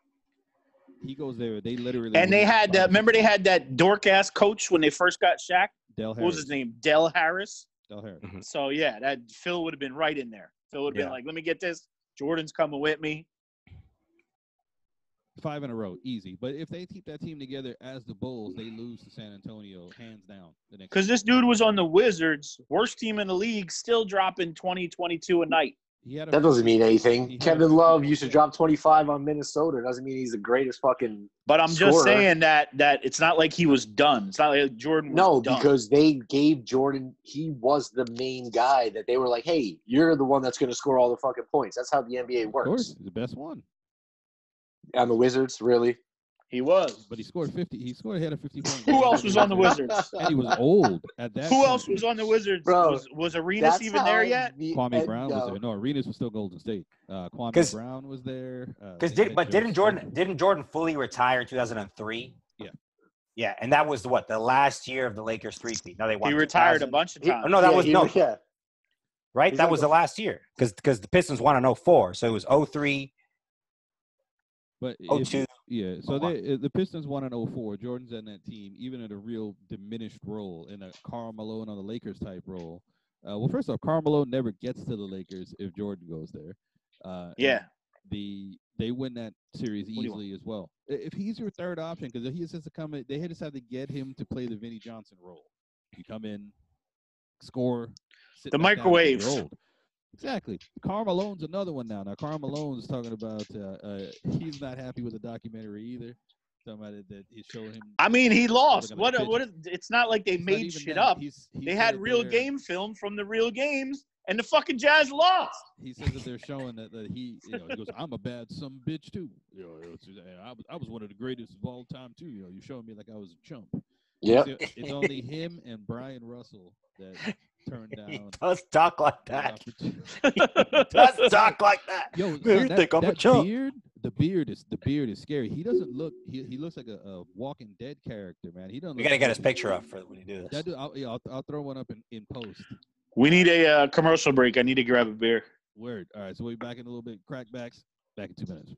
A: He goes there. They literally
C: And they
A: win
C: had
A: by
C: that remember they had that dork ass coach when they first got Shaq.
A: Del
C: What
A: Harris.
C: was his name? Dell Harris.
A: Del Harris.
C: So yeah, that Phil would have been right in there. Phil would have
B: Yeah.
C: been like, "Let me get this. Jordan's coming with me."
A: Five in a row, easy. But if they keep that team together as the Bulls, they lose to San Antonio hands down. The next
C: Because this dude was on the Wizards, worst team in the league, still dropping 20, 22 a night.
A: he had a,
D: That doesn't mean
A: He
D: anything.
A: had
D: Kevin
A: a-
D: Love used to drop 25 on Minnesota. Doesn't mean he's the greatest fucking.
C: But I'm just
D: Scorer.
C: saying that that it's not like he was done. It's not like Jordan was
D: No,
C: done.
D: because they gave Jordan. He was the main guy that they were like, "Hey, you're the one that's going to score all the fucking points." That's how the NBA
A: of course,
D: works.
A: the best one.
D: On the Wizards, really.
C: He was.
A: but he scored 50. He scored ahead of 50 points.
C: Who else was on the Wizards?
A: And he was old at that.
C: Who
A: point.
C: else was on the Wizards?
D: Bro,
C: was, was Arenas
D: That's
C: even
D: how
C: there yet?
D: the
A: Kwame
D: end-
A: Brown
D: no.
A: was there. No, Arenas was still Golden State. Uh, Kwame
E: 'Cause-
A: Brown was there. uh,
E: Because
A: they
E: did
A: had
E: but
A: Joe
E: didn't Jordan
A: Smith.
E: didn't Jordan fully retire in two thousand and three?
A: Yeah.
E: Yeah, and that was the, what the last year of the Lakers three feet. No, they won.
C: He retired a
E: 2000.
C: bunch of
D: He-
E: Oh,
C: times.
E: no, that
D: Yeah,
E: was
D: he-
E: no
D: Yeah,
E: right.
D: he's
E: That
D: like
E: was
D: a-
E: the last year because because the Pistons won in 04. so it was 03,
A: But if
E: 02.
A: you- yeah, so
E: Oh, wow.
A: they, uh, the Pistons won in 04. Jordan's in that team, even in a real diminished role, in a Carl Malone on the Lakers type role. Uh, well, first off, Carl Malone never gets to the Lakers if Jordan goes there. Uh, and
C: Yeah.
A: the they win that series
C: do you want?
A: easily as well. I- If he's your third option, because if he has to come in, they had just have to get him to play the Vinnie Johnson role. You come in, score, sit
C: The
A: back down, and you're
C: microwave.
A: old. Exactly. Karl Malone's another one now. Now Karl Malone's talking about uh, uh, he's not happy with the documentary either. Somebody that is showing him.
C: I mean, he lost.
A: Looking
C: What?
A: like
C: A,
A: a
C: what? A, it's not like they
A: It's not
C: made
A: even
C: shit
A: that.
C: up.
A: He's, he
C: They
A: said
C: had
A: that
C: real
A: they're-
C: game film from the real games, and the fucking Jazz lost.
A: He says that they're showing that, that he, you know, he goes, I'm a bad some bitch too. You know, it's- I, was- I was one of the greatest of all time too. You know, you're showing me like I was a chump.
D: yeah.
A: So it's only him and Brian Russell that turned
E: He
A: down.
E: does talk like
A: the
E: that.
A: opportunity.
E: does talk like that.
A: Yo,
E: you
A: son, that,
E: think I'm a
A: that
E: chump?
A: beard, the beard is the beard is scary. He doesn't look. He, he looks like a, a Walking Dead character, man. He doesn't.
E: We
A: look
E: gotta get his
A: healthy.
E: picture up for when you do this.
A: That dude, I'll, yeah, I'll, I'll throw one up in, in post.
C: We need a uh, commercial break. I need to grab a beer.
A: Word. All right, so we'll be back in a little bit. Crackbacks. Back in two minutes.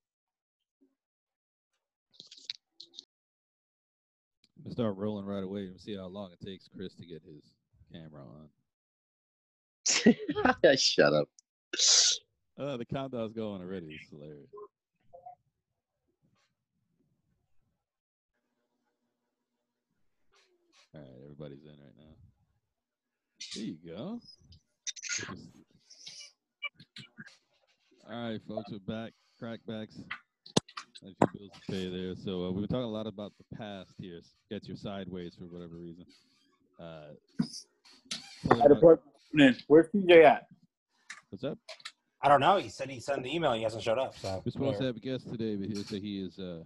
A: I'm gonna start rolling right away and see how long it takes Chris to get his camera on.
D: Shut up.
A: Uh, the countdown's going already. It's hilarious. All right, everybody's in right now. There you go. All right, folks, we're back. Crackbacks. A few bills to pay there. So uh, we've been talking a lot about the past here. Gets your sideways for whatever reason. Uh, pulling up-
C: Where's CJ at?
A: what's up?
E: I don't know. He said he sent an email. He hasn't showed up. So
A: We're supposed to
E: whatever.
A: have a guest today, but he'll say he is uh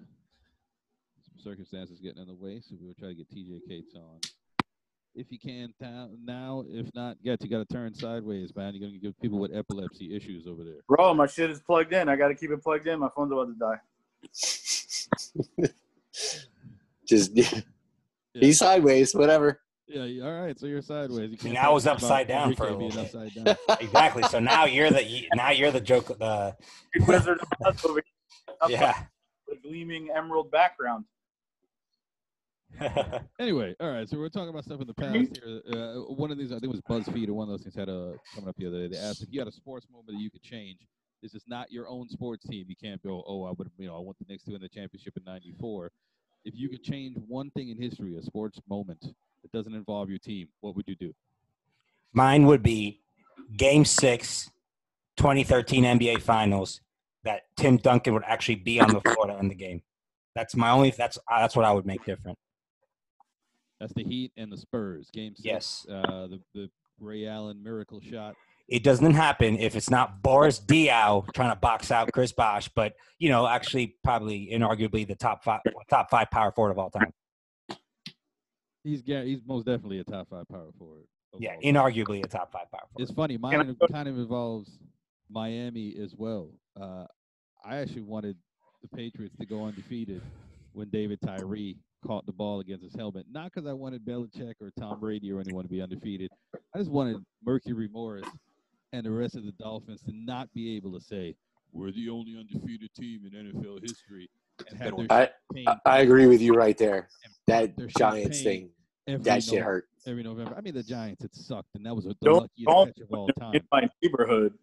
A: some circumstances getting in the way, so we'll try to get TJ Cates on. If you can ta- now, if not, get you gotta turn sideways, man. You're gonna give people with epilepsy issues over there.
C: Bro, my shit is plugged in. I got to keep it plugged in. My phone's about to die.
D: Just he's sideways, whatever.
A: Yeah, yeah, all right, so you're sideways. You
E: See, now
A: talk
E: it's
A: about
E: upside down for a
A: Enrique
E: little
A: being
E: bit.
A: upside down.
E: exactly. So now you're the you- now you're the joke. uh, The
C: Wizard of Oz over here.
E: yeah.
C: The gleaming emerald background.
A: Anyway, all right, so we're talking about stuff in the past here. Uh, one of these, I think it was BuzzFeed or one of those things had a coming up the other day. They asked if you had a sports moment that you could change. This is not your own sports team. You can't go, oh, I would, you know, I want the Knicks to win the championship in '94. If you could change one thing in history, a sports moment that doesn't involve your team, what would you do?
E: Mine would be Game Six, 2013 NBA Finals. That Tim Duncan would actually be on the floor to end the game. That's my only. That's uh, that's what I would make different.
A: That's the Heat and the Spurs, Game Six.
E: Yes.
A: Uh, the the Ray Allen miracle shot.
E: It doesn't happen if it's not Boris Diaw trying to box out Chris Bosh, but you know, actually, probably inarguably the top five top five power forward of all time.
A: He's ga- he's most definitely a top five power forward. of
E: Yeah,
A: all time.
E: inarguably a top five power
A: It's
E: forward.
A: funny.
C: I
A: Mine
C: go-
A: kind of involves Miami as well. Uh, I actually wanted the Patriots to go undefeated when David Tyree caught the ball against his helmet. Not because I wanted Belichick or Tom Brady or anyone to be undefeated. I just wanted Mercury Morris and the rest of the Dolphins to not be able to say we're the only undefeated team in NFL history and have
E: one.
A: their
D: I-
A: champagne
D: I, I agree with you right there.
A: and
D: That
A: their
D: Giants
A: champagne
D: thing,
A: every
D: that shit
A: Nov-
D: hurt.
A: every November. I mean, the Giants had sucked, and that was the
C: Don't-
A: luckiest
C: don't-
A: catch of all time.
C: In my neighborhood,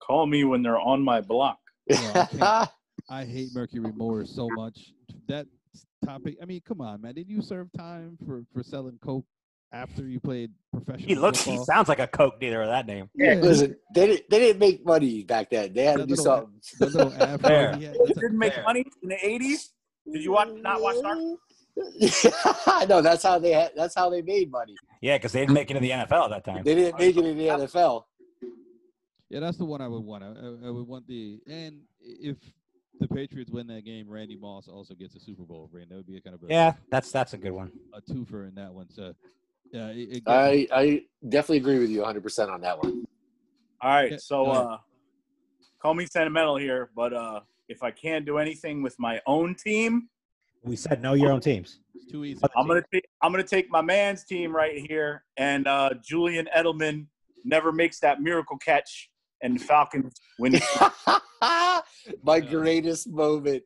C: call me when they're on my block.
A: Well, I can't- I hate Mercury Morris so much. That s- topic. I mean, come on, man. Did you serve time for for selling coke after you played professional?
E: He looks. He
A: Football?
E: sounds like a coke dealer of that name.
A: Yeah,
D: Listen, they didn't, they didn't make money back then. They had to
A: That
D: do
A: little-
D: something.
A: the little afro
E: Fair.
A: he had-
C: You
A: that's a-
C: didn't make
E: Fair.
C: money in the 80s? Did you watch- not watch
D: no, that's how they had, that's how they made money.
E: Yeah, because they didn't make it in the NFL at that time.
D: They didn't make it in the NFL.
A: yeah, that's the one I would want. I, I I would want the and if the Patriots win that game, Randy Moss also gets a Super Bowl ring. That would be a kind of a,
B: Yeah, that's that's a good one.
A: a twofer in that one. So, yeah, it, it
D: I, I definitely agree with you 100% on that one.
C: All
A: Yeah,
C: right, so
A: go ahead.
C: uh, call me sentimental here, but uh, if I can't do anything with my own team,
E: We said know your own teams.
A: it's too easy.
C: I'm gonna take I'm gonna take my man's team right here, and uh, Julian Edelman never makes that miracle catch, and the Falcons win.
D: My greatest moment.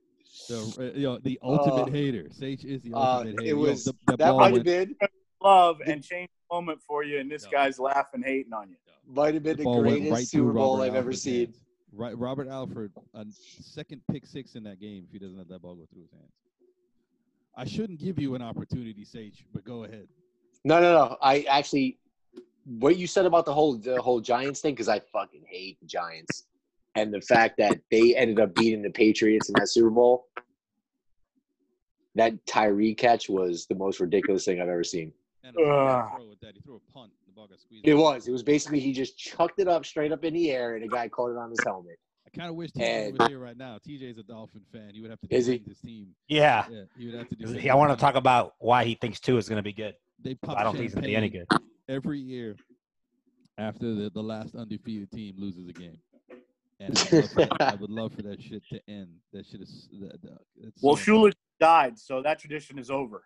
A: The, uh, you know, the ultimate
D: Uh,
A: hater. Sage is the
D: Uh,
A: ultimate hater.
D: it
A: Yo,
D: was
A: the,
D: that
A: ball
D: might have
A: went-
D: been
C: love and change the moment for you, and this
A: Yeah.
C: guy's laughing, hating on you.
D: might have
A: the
D: been the,
A: ball went
D: greatest
A: right through
D: Super Bowl
A: Robert
D: I've ever
A: Alford's
D: seen.
A: hands. Right, Robert Alford, a second pick six in that game. If he doesn't let that ball go through his hands, I shouldn't give you an opportunity, Sage. But go ahead.
D: No, no, no. I actually, what you said about the whole the whole Giants thing, because I fucking hate the Giants, and the fact that they ended up beating the Patriots in that Super Bowl. That Tyree catch was the most ridiculous thing I've ever seen.
A: And a bad
C: Ugh.
A: throw with that. He threw a punt. The ball got squeezed.
D: It
A: out.
D: was. It was basically he just chucked it up straight up in the air, and a guy caught it on his helmet.
A: I kind of wish TJ
D: And-
A: was here right now. TJ's a Dolphin fan. He would have to
D: Is he?
A: defend his team.
E: Yeah.
A: Yeah, he would have to defend.
E: I
A: his
E: want to
A: team.
E: talk about why he thinks two is going to be good.
A: They pop
E: I don't think it's going to be any
A: champagne
E: good.
A: every year after the, the last undefeated team loses a game. And I, would love for that- I would love for that shit to end. That shit is. That, that, it's
C: Well,
A: so-
C: Shula died, so that tradition is over.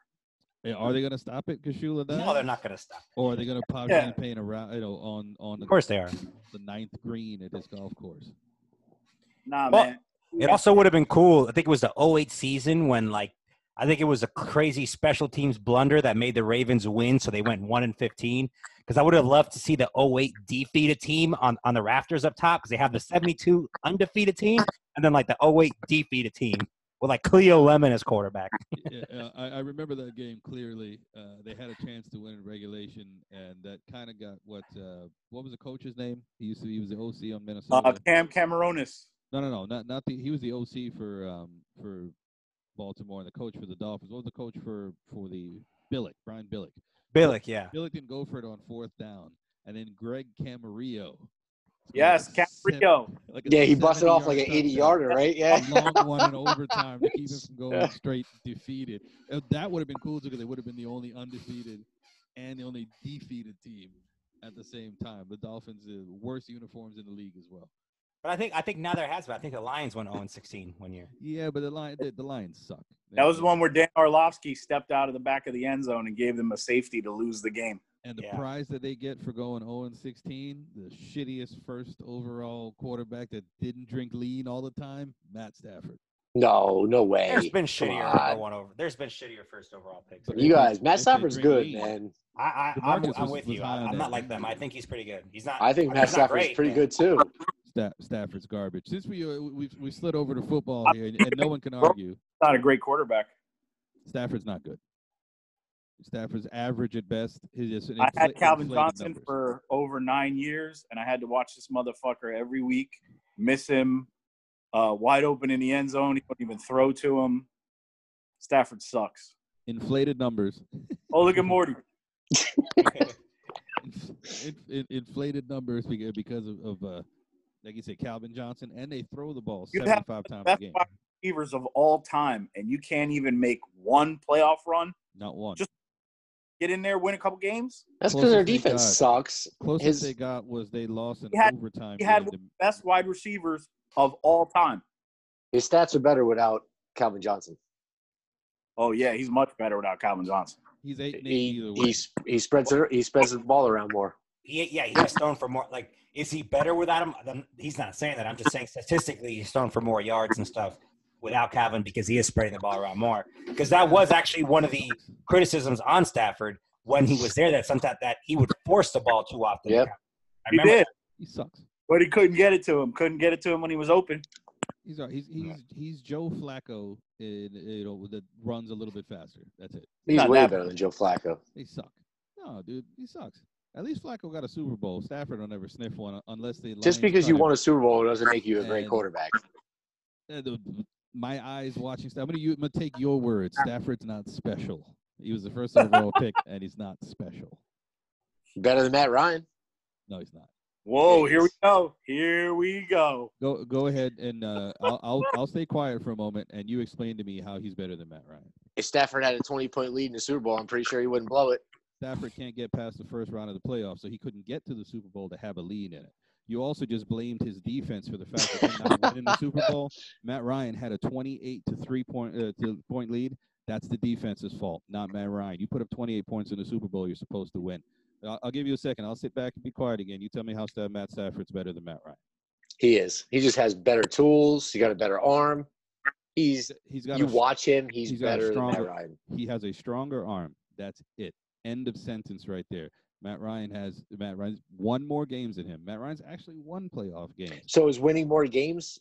A: Yeah, Are they gonna stop it, Kashula?
E: No, they're not going to stop.
A: Or are they gonna pop
C: Yeah.
A: champagne around? You know, on on the,
E: Of course they are.
A: the ninth green at this golf course.
C: Nah,
E: Well,
C: man.
E: It also would have been cool. I think it was the 08 season when, like, I think it was a crazy special teams blunder that made the Ravens win, so they went 1 and 15. Because I would have loved to see the 08 defeated team on, on the rafters up top because they have the 72 undefeated team and then, like, the 08 defeated team with, like, Cleo Lemon as quarterback.
A: yeah, uh, I, I remember that game clearly. Uh, they had a chance to win in regulation, and that kind of got what uh, what was the coach's name? He used to he was the OC on Minnesota.
C: Uh, Cam Cameronis.
A: no, no, no, not not the. He was the OC for um for Baltimore and the coach for the Dolphins. What was the coach for for the Billick? Brian Billick.
E: Billick, yeah.
A: Billick didn't go for it on fourth down, and then Greg Camarillo. scored
C: Yes,
A: like a sev-
C: Caprio.
A: like a
D: Yeah, he busted off like
A: 70-yard
D: an 80
A: touchdown
D: yarder, right? Yeah.
A: a long one in overtime to keep it from going
D: Yeah.
A: straight defeated. Uh, That would have been cool because they would have been the only undefeated and the only defeated team at the same time. The Dolphins, the worst uniforms in the league as well.
E: But I think I think now there has been. I think the Lions went 0 16 one year.
A: Yeah, but the Lions, the, the Lions suck.
C: That was
A: They-
C: the one where Dan Orlovsky stepped out of the back of the end zone and gave them a safety to lose the game.
A: And the
E: yeah.
A: prize that they get for going 0 and 16, the shittiest first overall quarterback that didn't drink lean all the time, Matt Stafford.
D: No, no way.
E: There's been
D: Come
E: shittier
D: on.
E: one over. There's been shittier first overall picks.
A: But
D: You guys,
A: If
D: Matt
A: they
D: Stafford's
A: drink
D: good,
A: lean.
D: man.
E: I, I, I'm,
A: DeMarcus
E: I'm
A: was-
E: with
A: was
E: you.
A: high
E: I,
A: on
E: I'm
A: that
E: not like
A: team.
E: them. I think he's pretty good. He's not.
D: I think
E: mean,
D: Matt
E: he's not
D: Stafford's
E: great,
D: pretty
E: but-
D: good too.
A: Sta- Stafford's garbage. Since we uh, we we slid over to football here, and, and no one can argue,
C: Not a great quarterback.
A: Stafford's not good. Stafford's average at best. He's just an
C: I had
A: infla-
C: Calvin
A: inflated
C: Johnson
A: numbers.
C: for over nine years, and I had to watch this motherfucker every week. Miss him, uh, wide open in the end zone. He couldn't even throw to him. Stafford sucks.
A: inflated numbers.
C: Oh, look at Morty.
A: Inf- in- inflated numbers beca- because of, of uh, like you said, Calvin Johnson, and they throw the ball
C: You have
A: seventy-five times a
C: Best
A: game.
C: wide receivers of all time, and you can't even make one playoff run.
A: Not one.
C: just- Get in there, win a couple games.
D: That's because their
A: Closest they
D: defense
A: got.
D: sucks.
A: Closest
D: his-
A: they got was they lost in
C: He had-
A: overtime.
C: he had
A: to the-
C: Best wide receivers of all time.
D: His stats are better without Calvin Johnson.
C: Oh yeah, he's much better without Calvin Johnson.
A: he's eight and eight either
D: He,
A: way.
D: he, sp- he spreads it, he spreads the ball around more.
E: He, yeah, he gets thrown for more. Like, is he better without him? Um, He's not saying that. I'm just saying statistically, he's thrown for more yards and stuff without Calvin because he is spreading the ball around more. Because that was actually one of the criticisms on Stafford when he was there that sometimes that he would force the ball too often.
D: Yep.
E: I
C: He
E: remember
C: did,
A: he sucks.
C: but he couldn't get it to him. Couldn't get it to him when he was open.
A: He's all- he's he's he's Joe Flacco. In, you know that runs a little bit faster. That's it.
D: He's
C: Not
D: way
C: that
D: better than Joe Flacco.
A: They suck. No, dude, he sucks. At least Flacco got a Super Bowl. Stafford will never sniff one uh, unless they. Lions
D: Just because you
A: try to-
D: won a Super Bowl doesn't make you a great
A: And-
D: quarterback.
A: Uh, the- my eyes watching. Sta- I'm gonna, u- I'm gonna take your word. Stafford's not special. He was the first overall pick, and he's not special.
D: Better than Matt Ryan.
A: No, he's not.
C: Whoa, here we go. Here we go.
A: Go go ahead and uh, I'll, I'll I'll stay quiet for a moment, and you explain to me how he's better than Matt Ryan.
D: If Stafford had a 20 point lead in the Super Bowl, I'm pretty sure he wouldn't blow it.
A: Stafford can't get past the first round of the playoffs, so he couldn't get to the Super Bowl to have a lead in it. You also just blamed his defense for the fact that they're not winning the Super Bowl. Matt Ryan had a 28 to three point uh, to point lead. That's the defense's fault, not Matt Ryan. You put up 28 points in the Super Bowl, you're supposed to win. I'll, I'll give you a second. I'll sit back and be quiet again. You tell me how Sta- Matt Stafford's better than Matt Ryan.
D: He is. He just has better tools. He got a better arm. He's.
A: He's got
D: You
A: a,
D: watch him. He's,
A: he's got a
D: better than Matt
A: stronger-
D: Ryan.
A: He has a stronger arm. That's it. End of sentence right there. Matt Ryan has Matt Ryan's one more games than him. Matt Ryan's actually won playoff games.
D: So is winning more games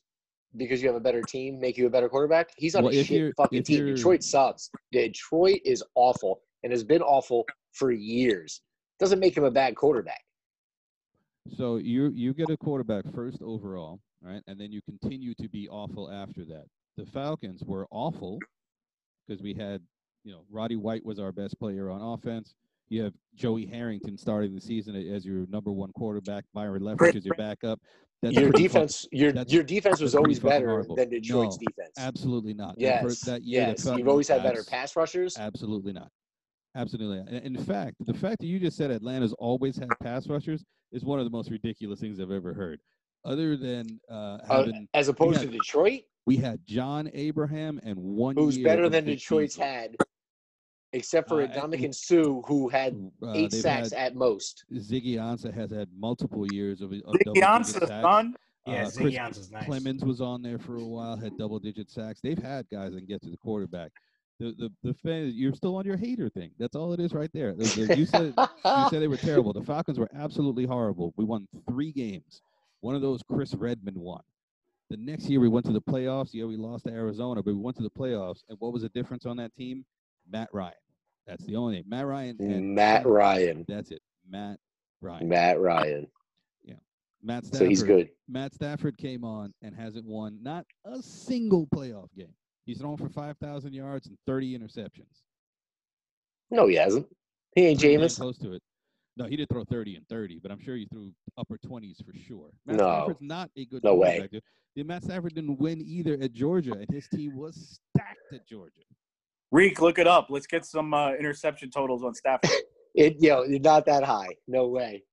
D: because you have a better team make you a better quarterback? He's on
A: Well,
D: a
A: if
D: shit
A: you're-
D: fucking
A: if
D: team.
A: you're-
D: Detroit sucks. Detroit is awful and has been awful for years. Doesn't make him a bad quarterback.
A: So you you get a quarterback first overall, right? And then you continue to be awful after that. The Falcons were awful because we had, you know, Roddy White was our best player on offense. You have Joey Harrington starting the season a- as your number one quarterback. Byron Leftwich is your backup. That's
D: your
A: pretty fucking-
D: defense, your
A: that's-
D: your defense
A: that's
D: was
A: pretty
D: always
A: fucking
D: better
A: horrible.
D: than Detroit's
A: No,
D: defense.
A: absolutely not. That
D: Yes,
A: first- that year, the
D: yes. You've
A: Falcons-
D: always had better
A: abs-
D: pass rushers.
A: Absolutely not. Absolutely not. And- In fact, the fact that you just said Atlanta's always had pass rushers is one of the most ridiculous things I've ever heard. Other than uh,
D: Uh,
A: having,
D: as opposed
A: had-
D: to Detroit,
A: we had John Abraham and one
D: who's
A: year
D: better
A: of
D: than
A: Vic
D: Detroit's
A: Beasley.
D: had, except for
A: Uh, I-
D: Dominic and Sue, who had
A: Uh,
D: eight
A: they've
D: sacks
A: had-
D: at most.
A: Ziggy Ansah has had multiple years of, of double-digit
C: Beyonce,
A: sacks.
C: son.
E: Yeah,
A: Uh, Chris
E: Ziggy Ansah's is nice.
A: Clemens was on there for a while, had double digit sacks. They've had guys that can get to the quarterback. The the the fan, you're still on your hater thing. That's all it is right there. The- the- you said
D: Oh.
A: you said they were terrible. The Falcons were absolutely horrible. We won three games. One of those Chris Redmond won. The next year we went to the playoffs. Yeah, we lost to Arizona, but we went to the playoffs. And what was the difference on that team? Matt Ryan. That's the only name. Matt Ryan and
D: Matt Ryan.
A: That's it. Matt Ryan.
D: Matt Ryan.
A: Matt Stafford.
D: So he's good.
A: Matt Stafford came on and hasn't won not a single playoff game. He's thrown for 5,000 yards and 30 interceptions.
D: No, he hasn't. He ain't
A: Pretty damn
D: Jameis.
A: Close to it. No, he did throw 30 and 30, but I'm sure he threw upper 20s for sure. Matt
D: No.
A: Stafford's not a good
D: No way.
A: quarterback. dude. Yeah, Matt Stafford didn't win either at Georgia, and his team was stacked at Georgia.
C: Reek, look it up. Let's get some uh, interception totals on Stafford.
D: It, yo, you're not that high. No way.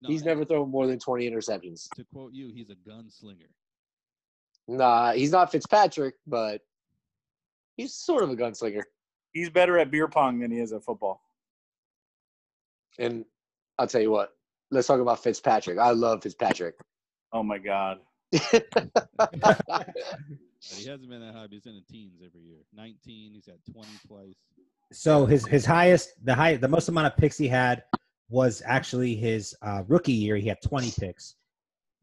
A: No,
D: He's
A: I-
D: never thrown more than 20 interceptions.
A: To quote you, he's a gunslinger.
D: Nah, he's not Fitzpatrick, but he's sort of a gunslinger.
C: He's better at beer pong than he is at football.
D: And I'll tell you what, let's talk about Fitzpatrick. I love Fitzpatrick.
C: Oh my God.
A: But he hasn't been that high. But he's in the teens every year. 19. He's had 20 twice.
E: So his his highest the high the most amount of picks he had was actually his uh, rookie year. He had 20 picks.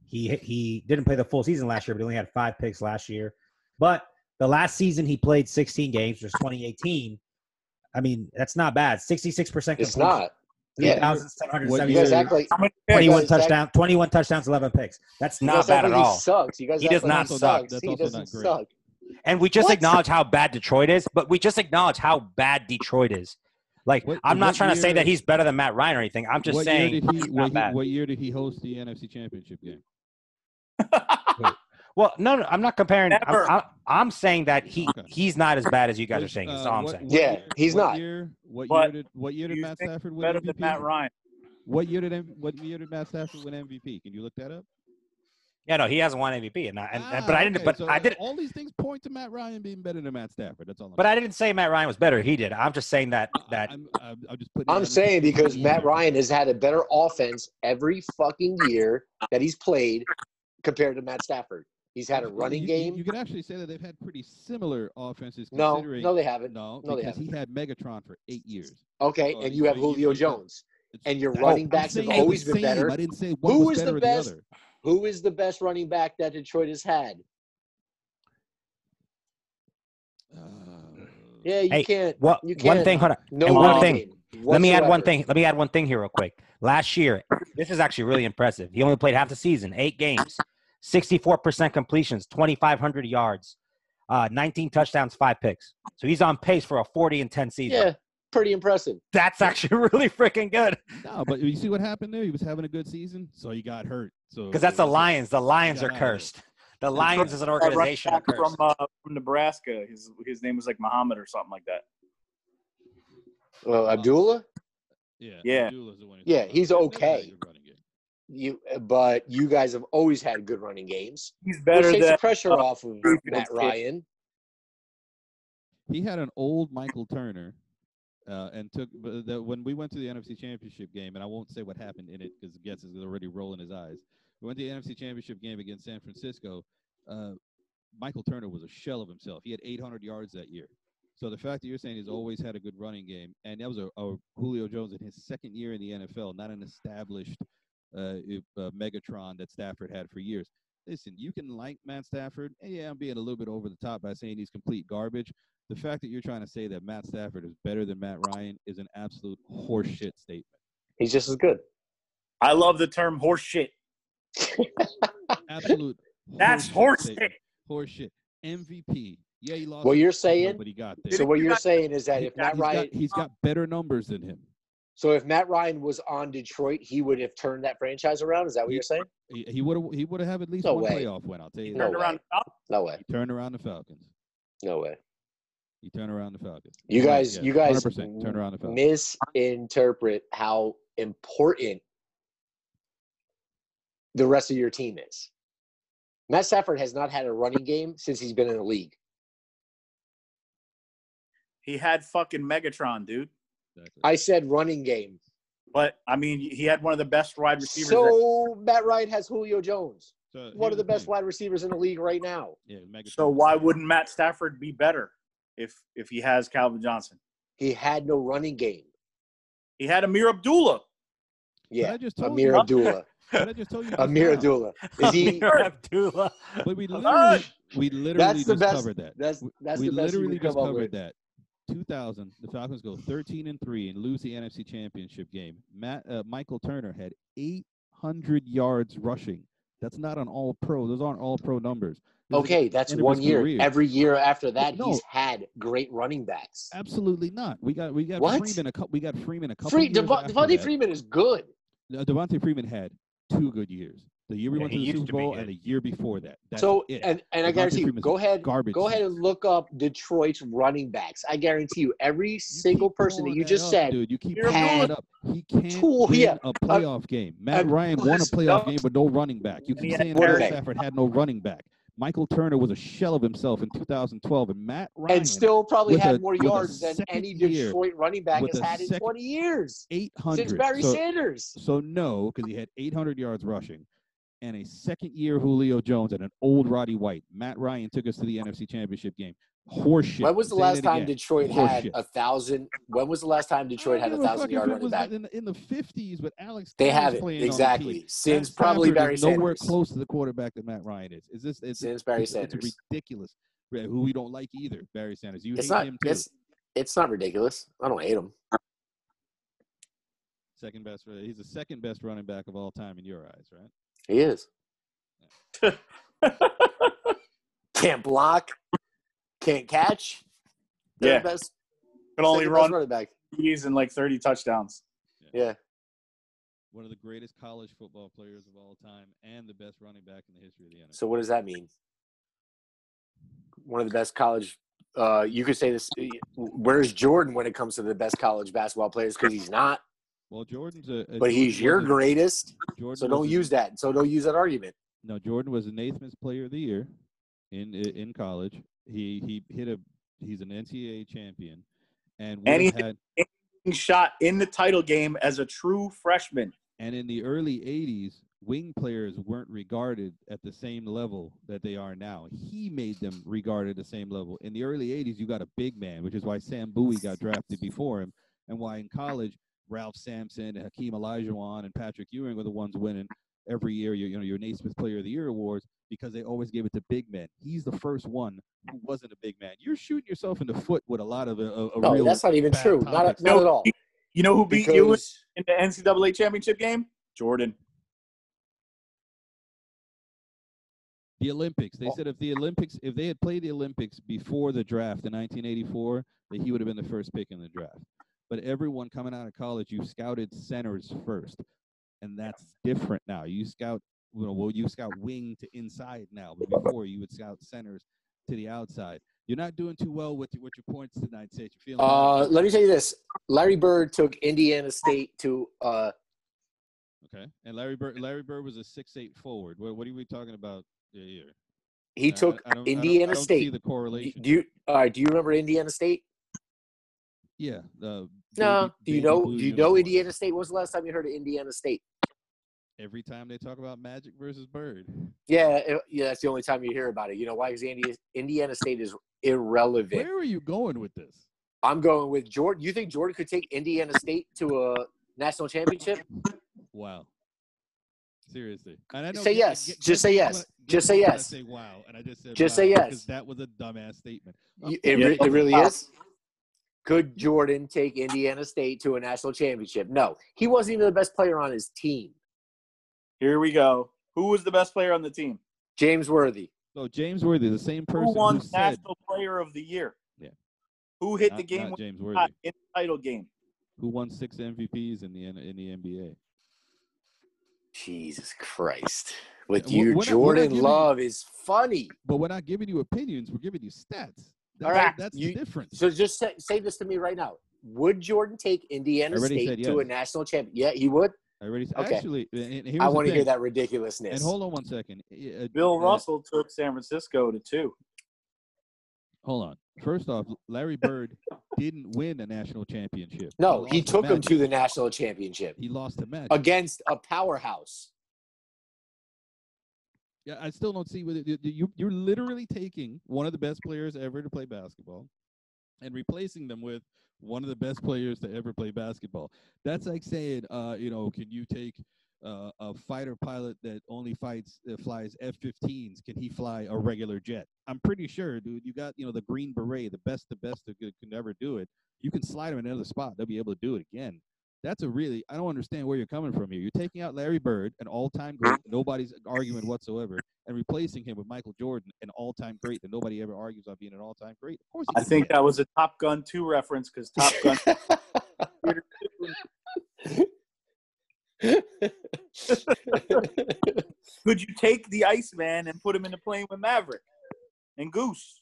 E: He he didn't play the full season last year, but he only had five picks last year. But the last season he played 16 games, which is 2018. I mean, that's not bad. 66% completion.
D: it's not. Yeah. You
E: 3,777
D: guys act like
C: How many picks?
D: Wait,
E: 21
D: guys act-
E: touchdown, 21 touchdowns, 11 picks. That's
D: you
E: not
D: guys act
E: bad at
D: like
E: all.
D: He sucks. You guys
E: He
D: act
E: does
D: like
E: not
D: he
A: suck.
D: sucks.
A: That's
D: he
A: also
D: doesn't
A: not great.
D: suck.
E: And we just
D: What?
E: acknowledge how bad Detroit is, but we just acknowledge how bad Detroit is. Like,
A: What-
E: I'm not
A: what
E: trying to say
A: year-
E: that he's better than Matt Ryan or anything. I'm just
A: what
E: saying
A: Year did he,
E: he's
A: what,
E: not
A: he,
E: bad.
A: what year did he host the NFC Championship game?
E: Well, no, no, I'm not comparing. I'm,
C: Never.
E: I'm, I'm saying that he
A: Okay.
E: he's not as bad as you guys
A: What-
E: are saying. That's
A: uh,
E: all I'm
A: what-
E: saying.
A: what
D: Yeah,
A: year-
D: he's
A: what
D: not.
A: Year, what year
C: But
A: did what year did
C: you
A: Matt
C: think
A: Stafford win
C: better
A: MVP?
C: than Matt Ryan.
A: What year did M- what year did Matt Stafford win MVP? Can you look that up?
E: Yeah, no, he hasn't won MVP, and, I, and, and but
A: Ah,
E: I didn't.
A: okay,
E: But
A: so
E: I didn't.
A: All these things point to Matt Ryan being better than Matt Stafford. That's all. I'm
E: But I didn't say Matt Ryan was better. He did. I'm just saying that
A: saying.
E: that
A: I'm, I'm, I'm just putting. it out in
D: I'm
A: the
D: saying
A: public
D: because Matt
A: ether.
D: Ryan has had a better offense every fucking year that he's played compared to Matt Stafford. He's had a
A: You-
D: running
A: you-
D: game.
A: You can actually say that they've had pretty similar offenses.
D: no,
A: considering,
D: no, they haven't.
A: no,
D: No, they
A: because he had Megatron for eight years.
D: Okay,
A: Oh,
D: and
A: you-
D: you have
A: oh, you-
D: Julio
A: you-
D: Jones,
A: It's-
D: and your
A: that's- Oh,
D: running
A: I'm
D: backs have
A: saying the
D: always been
A: same.
D: better.
A: I didn't say one
D: Who
A: was
D: is the
A: better than
D: best?
A: the other.
D: Who is the best running back that Detroit has had?
A: Uh,
D: Yeah, you
E: Hey,
D: can't.
E: what
D: You
E: one
D: can't-
E: thing. Hold on.
D: No
E: and one thing-
D: argument
E: Let me add one
D: whatsoever.
E: thing. Let me add one thing here, real quick. Last year, this is actually really impressive. He only played half the season, eight games, 64% completions, 2,500 yards, uh, 19 touchdowns, five picks. So he's on pace for a 40 and 10 season.
D: Yeah, pretty impressive.
E: That's actually really freaking good
A: No, but you see what happened there? He was having a good season, so he got hurt. So
E: because that's the Lions. The Lions
A: Yeah,
E: are
A: I know.
E: cursed. The Lions as an organization are
C: Running back
E: cursed.
C: from, uh, from Nebraska. His his name was like Muhammad or something like that.
D: Well, Abdullah,
A: Yeah.
C: Yeah.
A: Abdullah's the one who-
D: Yeah, he's
A: They've never had
D: okay.
A: a good running game.
D: you but you guys have always had good running games.
C: He's
D: Which
C: better
D: takes the
C: than
D: pressure
C: uh,
D: off of
C: Mayfield
D: Matt
C: did.
D: Ryan.
A: he had an old Michael Turner, uh, and took but the, when we went to the NFC Championship game, and I won't say what happened in it because guess is already rolling his eyes. We went to the NFC Championship game against San Francisco. Uh, Michael Turner was a shell of himself. He had 800 yards that year. So the fact that you're saying he's always had a good running game, and that was a, a Julio Jones in his second year in the NFL, not an established uh, if- uh, Megatron that Stafford had for years. Listen, you can like Matt Stafford, and yeah, I'm being a little bit over the top by saying he's complete garbage the fact that you're trying to say that Matt Stafford is better than Matt Ryan is an absolute horseshit statement.
D: He's just as good.
C: I love the term horse shit.
A: Absolute.
C: That's horse
A: statement.
C: shit.
A: Horseshit. MVP. Yeah, he lost.
D: What
A: the
D: you're
A: Super Bowl,
D: saying?
A: but he got there.
D: So what you're saying is that
A: He-
D: if Matt
A: he's got-
D: Ryan,
A: he's got better numbers than him.
D: so if Matt Ryan was on Detroit, he would have turned that franchise around. Is that what
A: He-
D: you're saying?
A: He- He would have. He would have had at least
D: No
A: one
D: way.
A: playoff win. I'll tell you that.
D: No
C: Turned
D: way.
C: around.
D: No way.
A: He turned around the Falcons.
D: No way.
A: He turned around the Falcons.
D: You
A: Right,
D: guys,
A: yeah,
D: you guys
A: 100% turn around the Falcons.
D: misinterpret how important the rest of your team is. Matt Stafford has not had a running game since he's been in the league.
C: He had fucking Megatron, dude.
A: Exactly.
D: I said running game.
C: But I mean, he had one of the best wide receivers.
D: So Matt Ryan has Julio Jones,
A: So
D: one
A: here's
D: of the best
A: thing.
D: wide receivers in the league right now.
A: Yeah, Megatron.
C: so why wouldn't Matt Stafford be better if if he has Calvin Johnson?
D: He had no running game.
C: He had Amir Abdullah.
A: But
D: Yeah,
A: I just told
D: Amir
A: you.
D: Abdullah.
A: but I just told you. just
D: Amir
A: now.
D: Abdullah. Is he?
E: Amir Abdullah.
A: But we
C: Ah!
A: literally, we literally
D: That's the
A: just
D: best-
A: covered that.
D: That's that's
A: we
D: the best you
A: literally
D: can come
A: just
D: up
A: covered
D: with.
A: that. 2000, the Falcons go 13 and three and lose the NFC Championship game. Matt uh, Michael Turner had 800 yards rushing. That's not an All Pro. Those aren't All Pro numbers. This is
D: Okay, that's
A: end of
D: one
A: his
D: year.
A: career.
D: Every year after that,
A: No.
D: he's had great running backs.
A: absolutely not. We got we got
D: What?
A: Freeman a couple. We got Freeman a couple.
D: Free,
A: years
D: Devo-
A: after
D: Devontae
A: that.
D: Freeman is good.
A: Uh, Devontae Freeman had two good years. The year we
E: Yeah,
A: went
E: he
A: to the
E: used
A: Super
E: to be
A: Bowl
E: good.
A: and the year before that. That's
D: so
A: it.
D: and and I
A: Devontae
D: guarantee you,
A: Freeman's
D: go ahead,
A: garbage
D: go ahead
A: season.
D: and look up Detroit's running backs. I guarantee you, every
A: You
D: single
A: keep
D: person that
A: pulling
D: you just
A: up,
D: said.
A: dude, you keep
C: You're
A: pulling it
D: had
A: up. He can't
D: two-
A: win
D: yeah,
A: a playoff game. Matt
D: I'm-
A: Ryan won a
D: this-
A: playoff game with no running back. You
C: And he
A: keep
C: had
A: saying Matt
D: quarterback.
A: Stafford had no running back. Michael Turner was a shell of himself in 2012, and Matt Ryan
D: And still probably
A: with
D: had
A: a-
D: more
A: with a
D: yards than any
A: second year-
D: Detroit running back
A: with
D: has
A: a
D: had in
A: second-
D: 20 years
A: 800.
D: since Barry
A: so,
D: Sanders.
A: so no, because he had 800 yards rushing, and a second-year Julio Jones and an old Roddy White. Matt Ryan took us to the NFC Championship game. Horseshit.
D: When was the
A: I'm saying
D: last
A: it
D: time
A: again.
D: Detroit
A: Horseshit.
D: had a thousand? When was the last time Detroit
A: I
D: had a
A: don't give fuck
D: thousand
A: if
D: yard
A: it
D: running
A: was
D: back?
A: In, in the 50s with Alex.
D: They
A: Smith
D: haven't
A: playing on the team.
D: exactly since
A: Matt
D: probably
A: Stafford
D: Barry
A: is nowhere
D: Sanders.
A: close to the quarterback that Matt Ryan is. Is this? It's,
D: Since Barry
A: it's, it's
D: Sanders.
A: ridiculous. right, Who we don't like either, Barry Sanders. You
D: It's
A: hate
D: not.
A: him too.
D: It's it's not ridiculous. I don't hate him.
A: second best. uh, He's the second best running back of all time in your eyes, right?
D: He is. Can't block. Can't catch. They're
C: Yeah,
D: the best.
C: could only
D: second best
C: run
D: running back.
C: threes and like thirty touchdowns.
D: Yeah.
A: One of the greatest college football players of all time, and the best running back in the history of the NFL.
D: So what does that mean? One of the best college. Uh, you could say this. Where's Jordan when it comes to the best college basketball players? Because he's not.
A: well, Jordan's a, a-
D: But he's
A: Jordan
D: your
A: was a-
D: greatest.
A: Jordan
D: So
A: was
D: don't
A: a-
D: use that. So don't use that argument.
A: No, Jordan was the Naismith Player of the Year in i- in college. He he hit a he's an NCAA champion, and would
C: And
A: have
C: he-
A: had
C: Shot in the title game as a true freshman.
A: and in the early '80s, wing players weren't regarded at the same level that they are now. He made them regarded at the same level. In the early '80s, you got a big man, which is why Sam Bowie got drafted before him, and why in college Ralph Sampson, and Hakeem Olajuwon, and Patrick Ewing were the ones winning every year. Your you know your Naismith Player of the Year awards. because they always gave it to big men. He's the first one who wasn't a big man. You're shooting yourself in the foot with a lot of a, a, a
D: No,
A: real.
D: Oh, that's not even
A: bad
D: true. Not,
A: topics.
D: not at all.
C: You know who beat you
D: Because
C: in the NCAA championship game? Jordan.
A: the Olympics. They said if the Olympics, if they had played the Olympics before the draft in 1984, that he would have been the first pick in the draft. but everyone coming out of college, you scouted centers first, and that's different now. You scout, you know, well, you scout wing to inside now, but before you would scout centers to the outside. You're not doing too well with your, with your points tonight, Sage. You're feeling
D: Uh, let me tell you this: Larry Bird took Indiana State to. Uh,
A: okay. And Larry Bird, Larry Bird was a six eight forward. What, what are we talking about uh, here?
C: Uh,
D: he took
A: I, I don't, I don't,
D: Indiana
A: I don't See
D: State.
A: the correlation.
D: Do you? All right. Do you remember Indiana State?
A: Yeah. Uh, baby-
D: Do you
A: baby
D: know?
A: blue
D: Do you know
A: uniform.
D: Indiana State? When was the last time you heard of Indiana State?
A: Every time they talk about Magic versus Bird,
D: Yeah, it- yeah. That's the only time you hear about it. You know why? Because Indi- Indiana State is irrelevant.
A: where are you going with this?
D: I'm going with Jordan. You think Jordan could take Indiana State to a national championship?
A: Wow. Seriously. And I know
D: Say
A: Gil-
D: yes.
A: Gil-
D: Just say
A: Gil-
D: yes.
A: Gil-
D: Just say
A: Gil-
D: yes.
A: Say wow, and I just said
D: Just
A: wow
D: say yes.
A: because that was a dumbass statement.
D: You- It, re- it really is. Could Jordan take Indiana State to a national championship? No, he wasn't even the best player on his team.
C: Here we go. Who was the best player on the team?
D: James Worthy.
A: So James Worthy, the same person
C: who won
A: who said
C: National Player of the Year?
A: Yeah.
C: Who hit the
A: Not-
C: game
A: not
C: winning
A: James Worthy,
C: shot in the title game?
A: who won six MVPs in the N- in the NBA.
D: Jesus Christ! With
A: Yeah, we're- we're
D: you,
A: not- we're not
D: Jordan
A: giving you-
D: Love is funny.
A: But we're not giving you opinions; we're giving you stats. That's,
D: All right,
A: that's
D: you-
A: the difference.
D: So just say, say this to me right now: Would Jordan take Indiana
A: I already
D: State
A: said
D: to a
A: yes.
D: national champion? Yeah, he would.
A: I already s-
D: okay.
A: actually. And and here's
D: I
A: the
D: want to hear
A: thing.
D: that ridiculousness.
A: And hold on one second. I- uh,
C: Bill
A: uh,
C: Russell took San Francisco to two.
A: Hold on. First off, Larry Bird didn't win a national championship.
D: no, he
A: lost
D: took him
A: Magic.
D: to the national championship
A: He lost to Magic.
D: against a powerhouse.
A: Yeah, I still don't see whether you- you you're literally taking one of the best players ever to play basketball and replacing them with one of the best players to ever play basketball. That's like saying, uh, you know, can you take uh, a fighter pilot that only fights that flies F-15s? Can he fly a regular jet? I'm pretty sure, dude. You got you know the Green Beret, the best, the best that could, could ever do it. You can slide him in another spot; they'll be able to do it again. That's a really I don't understand where you're coming from here. You're taking out Larry Bird, an all-time great, nobody's arguing whatsoever, and replacing him with Michael Jordan, an all-time great that nobody ever argues on being an all-time great. Of course, he
C: I
A: can do
C: think
A: that.
C: that was a Top Gun 2 reference because Top Gun. Could you take the Iceman and put him in the plane with Maverick and Goose?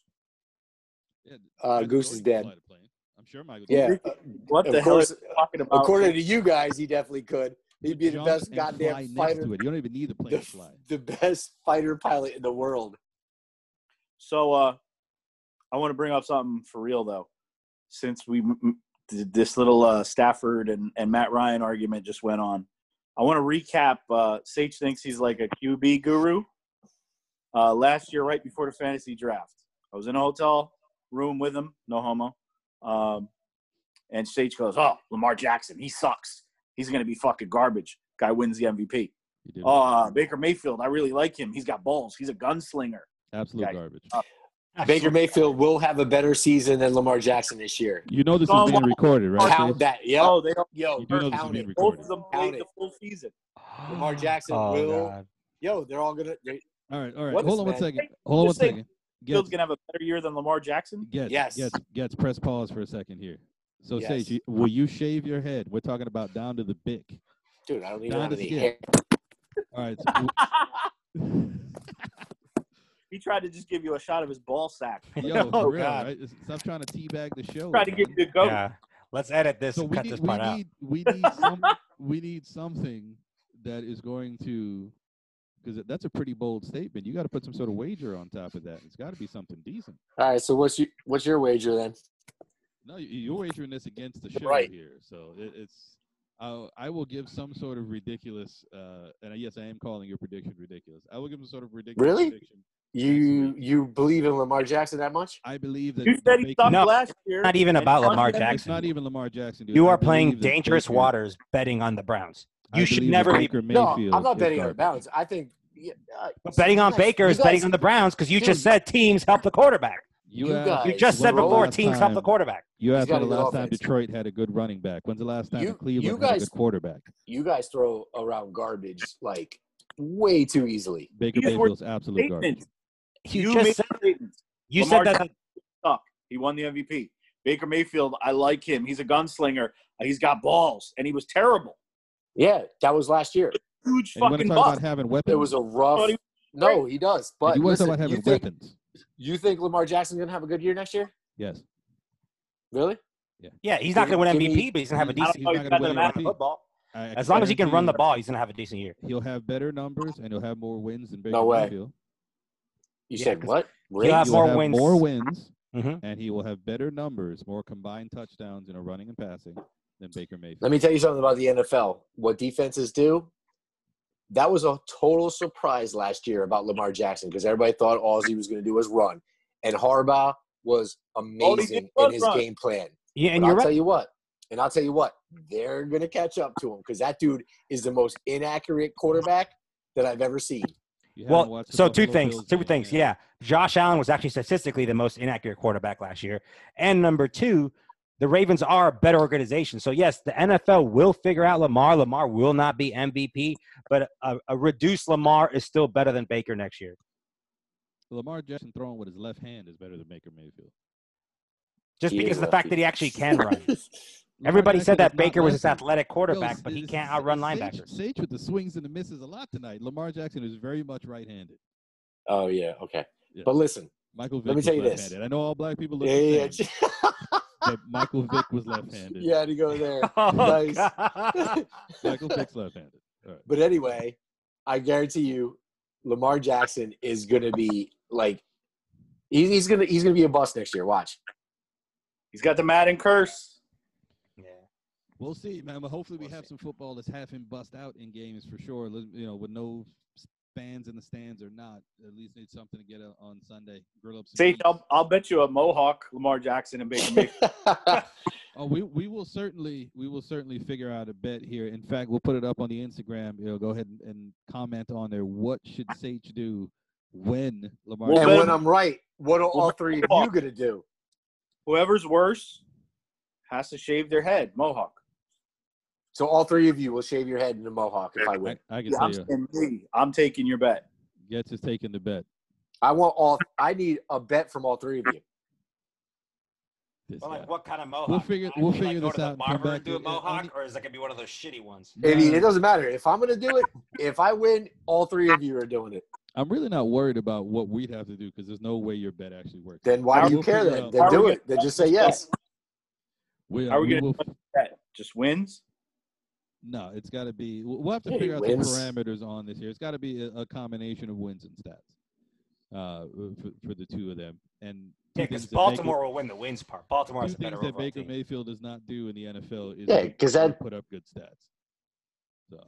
A: Yeah,
D: Uh,
A: Michael
D: Goose is
A: Jordan can
D: dead.
A: fly the plane. I'm sure Michael.
D: Yeah,
A: Jordan-
D: uh,
C: What
D: Of
C: the hell
D: course,
C: is he talking about?
D: according to you guys, he definitely could. He'd be the
A: jump
D: best
A: and fly
D: goddamn
A: next
D: fighter,
A: to it. You don't even need the plane
D: the,
A: to fly.
D: the best fighter pilot in the world.
C: So uh, I want to bring up something for real though, since we m- m- th- this little uh, Stafford and, and Matt Ryan argument just went on. I want to recap. Uh, Sage thinks he's like a QB guru. Uh, last year, right before the fantasy draft, I was in a hotel room with him, no homo. Um, and Sage goes, "Oh, Lamar Jackson, he sucks. He's gonna be fucking garbage." Guy wins the MVP.
A: You did
C: Oh, uh, Baker Mayfield, I really like him. He's got balls. He's a gunslinger.
A: absolute
C: yeah.
A: garbage.
D: Baker Mayfield will have a better season than Lamar Jackson this year.
A: You know this
C: Oh,
A: is being
C: wow.
A: recorded, right?
D: Count
A: Chase?
D: that. Yep.
C: Oh, they don't.
D: Yo,
A: You do know this is
D: count
A: being
C: Both
D: it.
A: recorded.
C: of them
D: Count
C: played
D: it.
C: the full season.
D: Lamar Jackson
E: Oh,
D: will. Yo, they're all gonna. they-
A: All right, all right.
D: What
A: Hold
D: is
A: on one
D: that?
A: second.
C: Hey,
A: Hold on one
C: just say
A: second. Gets,
C: Field's gonna have a better year than Lamar Jackson.
A: gets,
D: Yes.
A: gets, gets. Press pause for a second here. So,
D: Yes.
A: Sage, you- will you shave your head? We're talking about down to the bick.
D: Dude, I don't even
A: Down
D: have
A: to
D: any
A: the
D: hair.
A: All right. so-
C: He tried to just give you a shot of his ball sack.
A: yo,
E: Oh,
A: for real,
E: God.
A: right? Stop trying to teabag the show.
C: Tried to give
A: man.
C: you a goat.
E: Yeah. Let's edit this
A: so
E: and
A: we
E: cut
A: need,
E: this
A: we
E: part out.
A: need we need some we need something that is going to because that's a pretty bold statement. You got to put some sort of wager on top of that. It's got to be something decent.
D: All right, so what's your what's your wager then?
A: No, you- you're wagering this against the show
D: Right.
A: here, so it, it's. I I will give some sort of ridiculous, uh, and yes, I am calling your prediction ridiculous. I will give some sort of ridiculous
D: Really?
A: prediction.
D: You you believe in Lamar Jackson that much?
A: I believe that
C: You
A: that
C: said he
A: Baker-
C: sucked
E: No,
C: last year.
E: not even
C: and
E: about
C: he
E: Lamar
C: sucked every-
A: It's
E: Jackson.
A: not even Lamar Jackson. Dude.
E: You
A: I
E: are playing
A: believe that
E: dangerous
A: Baker-
E: waters betting on the Browns.
A: I
E: You should
A: believe that
E: never be
A: Baker Mayfield
D: no, I'm not
A: is
D: betting on
A: garbage.
D: bounds. I think yeah, uh,
E: but betting on
D: guys-
E: Baker
D: you
E: is betting
D: guys-
E: on the Browns because you
D: Dude.
E: just said teams help the quarterback.
D: You
A: asked
D: guys-
E: You
D: Hey,
E: just said
A: when was
E: before
A: last
E: teams help the
A: time-
E: quarterback.
A: You asked
D: got
A: me the
D: a good
A: last time
D: offense.
A: Detroit had a good running back. When's the last time
D: You-
A: that Cleveland
D: you
A: had a
D: guys-
A: good quarterback?
D: you guys throw around garbage like way too easily.
A: Baker
C: These were
A: Mayfield's absolute garbage.
C: statements.
E: You
C: You
E: just
C: made
E: said,
C: statements.
E: you
C: Lamar
E: said that
C: Jackson sucked. He won the MVP. Baker Mayfield, I like him. He's a gunslinger. He's got balls, and he was terrible.
D: Yeah, that was last year.
C: Huge
A: And you want
C: fucking
A: to talk
C: bust.
A: about having weapons?
D: It was a rough.
C: But he-
D: No, he does. But
A: you want to
D: listen,
A: talk about
D: you,
A: having
D: think,
A: weapons?
D: you think Lamar Jackson's going to have a good year next year?
A: Yes.
D: Really?
E: Yeah, he's not going to win
D: Give me-
E: MVP, but he's going to have a
C: I
E: decent.
C: don't know,
E: He's
C: he's
E: not
C: better than
E: going to
A: Allen
E: have football.
A: I
E: As long as he can run the
A: guarantee
E: ball, he's going to have a decent year.
A: he'll have better numbers and he'll have more wins than Baker
D: No way.
A: Mayfield.
D: You
E: Yeah,
D: said
E: 'cause
D: what?
E: He'll
D: Really?
E: have
A: He will
E: more
A: have
E: wins.
A: more wins,
E: Mhm.
A: and he will have better numbers, more combined touchdowns, you know, running and passing than Baker Mayfield.
D: Let me tell you something about the NFL. What defenses do? That was a total surprise last year about Lamar Jackson because everybody thought all he was going to do was run, and Harbaugh was amazing in
C: was
D: his
C: run.
D: game plan.
E: Yeah, and
D: but
E: you're
D: I'll
E: right.
D: tell you what, and I'll tell you what, they're going to catch up to him because that dude is the most inaccurate quarterback that I've ever seen.
A: You haven't
E: Well,
A: watched the
E: so two
A: Buffalo
E: things.
A: Bills
E: Two
A: game
E: things.
A: yet.
E: Yeah. Josh Allen was actually statistically the most inaccurate quarterback last year. And number two, the Ravens are a better organization. So, yes, the NFL will figure out Lamar. Lamar will not be MVP, but a, a reduced Lamar is still better than Baker next year.
A: Lamar Jackson throwing with his left hand is better than Baker Mayfield.
E: Just
D: He
E: because
D: is
E: of the fact that he actually can run.
A: Lamar
E: Everybody
A: Jackson
E: said that
A: is not
E: Baker was this
A: lefty.
E: athletic
A: Yo,
E: quarterback,
A: s-
E: but he
A: s-
E: can't
A: s-
E: outrun
A: Sage-
E: linebackers.
A: Sage with the swings and the misses a lot tonight. Lamar Jackson is very much right-handed.
D: Oh yeah, okay.
A: Yeah.
D: But listen,
A: Michael Vick
D: Let me
A: was
D: tell you this.
A: left-handed. I know all black people look
D: yeah,
A: the
D: yeah,
A: same,
D: yeah.
A: but Michael Vick was left-handed.
D: you had to go there.
E: Oh,
D: Nice.
E: God.
A: Michael Vick's left-handed. All right.
D: But anyway, I guarantee you, Lamar Jackson is going to be like, he- he's going to he's going to be a bust next year. Watch.
C: He's got the Madden curse.
A: We'll see, man. But hopefully, we
D: We'll
A: have
D: see.
A: some football that's half and bust out in games for sure. Let- You know, with no s- fans in the stands or not, at least it's something to get out on Sunday. Grill up some.
C: Sage,
A: beefs.
C: I'll, I'll bet you a Mohawk, Lamar Jackson, and Baker Mayfield.
A: Oh, we we will certainly we will certainly figure out a bet here. In fact, we'll put it up on the Instagram. You know, go ahead and, and comment on there. What should Sage do when Lamar?
C: We'll
D: and
C: bet
A: Jackson-
D: when I'm right, what are all three of you
C: Mohawk.
D: going to do?
C: Whoever's worse has to shave their head. Mohawk.
D: So all three of you will shave your head in a mohawk if I
A: I,
D: win.
A: I can uh,
C: Yeah, I'm,
A: tell you,
C: saying me. I'm taking your bet.
A: Gets is taking the bet.
D: I want all. I need a bet from all three of you.
A: This
E: Well,
A: guy.
E: like, what kind of mohawk?
A: figure-
E: I
A: we'll
E: mean,
A: figure
E: go
A: this
E: to the
A: out and come
E: barber
A: back
E: do a
A: and- and- and-
E: mohawk, or is that gonna be one of those shitty ones?
D: I mean,
A: Nah.
D: it doesn't matter if I'm going to do it. If I win, all three of you are doing it.
A: I'm really not worried about what we'd have to do because there's no way your bet actually works.
D: Then why do you
A: We'll
D: care?
A: figure it
D: Then
A: out.
D: then
C: Are we
D: do
C: gonna-
D: it. Then just say yes.
A: We,
C: Are we gonna
A: will,
C: Bet just wins.
A: No, it's got to be. We'll we'll have to
D: Yeah, he
A: figure out
D: wins.
A: the parameters on this here. It's got to be a, a combination of wins and stats uh, for, for the two of them. And two
E: Yeah, because
A: things that Baker-
E: Baltimore will win the wins part. Baltimore is
A: two
E: a better
A: things that
E: overall
A: Baker
E: team.
A: Mayfield does not do in the NFL is
D: Yeah,
A: put-
D: 'cause that-
A: put up good stats. So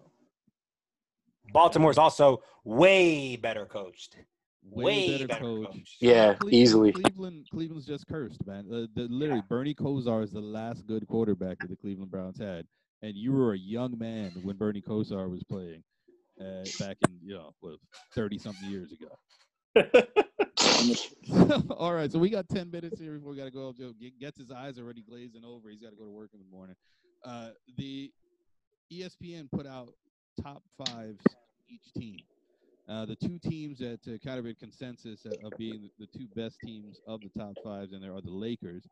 E: Baltimore is also way better coached.
A: way, better, coach.
E: coached.
D: Yeah,
A: Cleveland-
D: easily.
A: Cleveland, Cleveland's just cursed, man. Uh, the, literally, Bernie Kosar is the last good quarterback that the Cleveland Browns had, and you were a young man when Bernie Kosar was playing uh, back in you know thirty something years ago. All right, so we got ten minutes here before we got to go. Joe G- gets his eyes already glazing over. He's got to go to work in the morning. Uh, the ESPN put out top fives each team. Uh, the two teams that uh, kind of in consensus of of being the two best teams of the top fives, and there are the Lakers.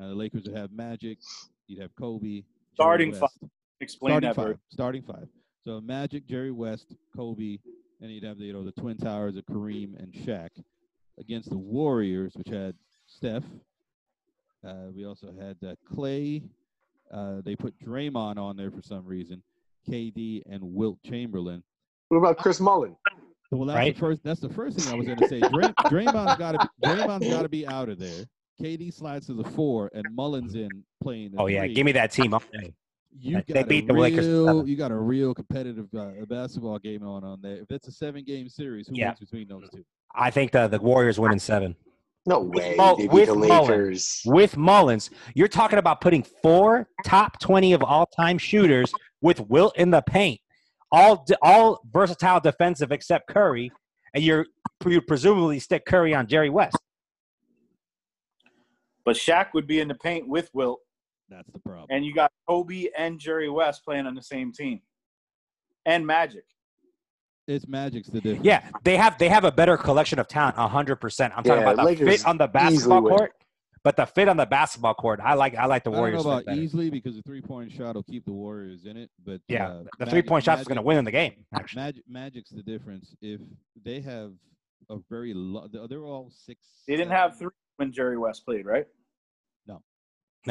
A: Uh, the Lakers would have Magic. You'd have Kobe. Jerry
C: Starting
A: West.
C: five. Explain
A: starting
C: that.
A: five.
C: Bird.
A: Starting five. So Magic, Jerry West, Kobe, and you'd have the you know the twin towers of Kareem and Shaq against the Warriors, which had Steph. Uh, we also had uh, Clay. Uh, they put Draymond on there for some reason. KD and Wilt Chamberlain.
D: What about Chris Mullen?
A: Well, that's
E: Right?
A: the first. That's the first thing I was going to say. Dray, Draymond's got to. Draymond's got to be out of there. KD slides to the four, and Mullins in playing.
E: Oh yeah, give me that team. all day.
A: You
E: They
A: got a
E: beat the Lakers
A: real.
E: seven.
A: you got a real competitive uh, basketball game on on there. If that's a seven game series, who
E: Yeah. Mm-hmm.
A: wins between those two?
E: I think the, the Warriors win in seven
D: No way.
E: Mul-
D: They beat
E: with
D: the
E: Mullen.
D: Lakers.
E: with Mullins. You're talking about putting four top twenty of all time shooters with Wilt in the paint, all de- all versatile defensive except Curry, and you're you presumably stick Curry on Jerry West.
C: But Shaq would be in the paint with Wilt,
A: That's the problem.
C: and you got Kobe and Jerry West playing on the same team, and Magic.
A: it's Magic's the difference.
E: Yeah, they have they have a better collection of talent, hundred percent. I'm talking
D: Yeah,
E: about the
D: Lakers
E: fit on the basketball
D: win.
E: court. But the fit on the basketball court, I like. I like
A: I
E: the
A: don't know
E: Warriors.
A: about
E: fit better.
A: easily because the three point shot will keep the Warriors in it. But
E: Yeah,
A: uh,
E: the
A: Magic-
E: three point shot is
A: Magic-
E: going to win in the game. Actually,
A: Magic, Magic's the difference. If they have a very low, they're all six.
C: They didn't
A: seven,
C: have three when Jerry West played, right?
E: No.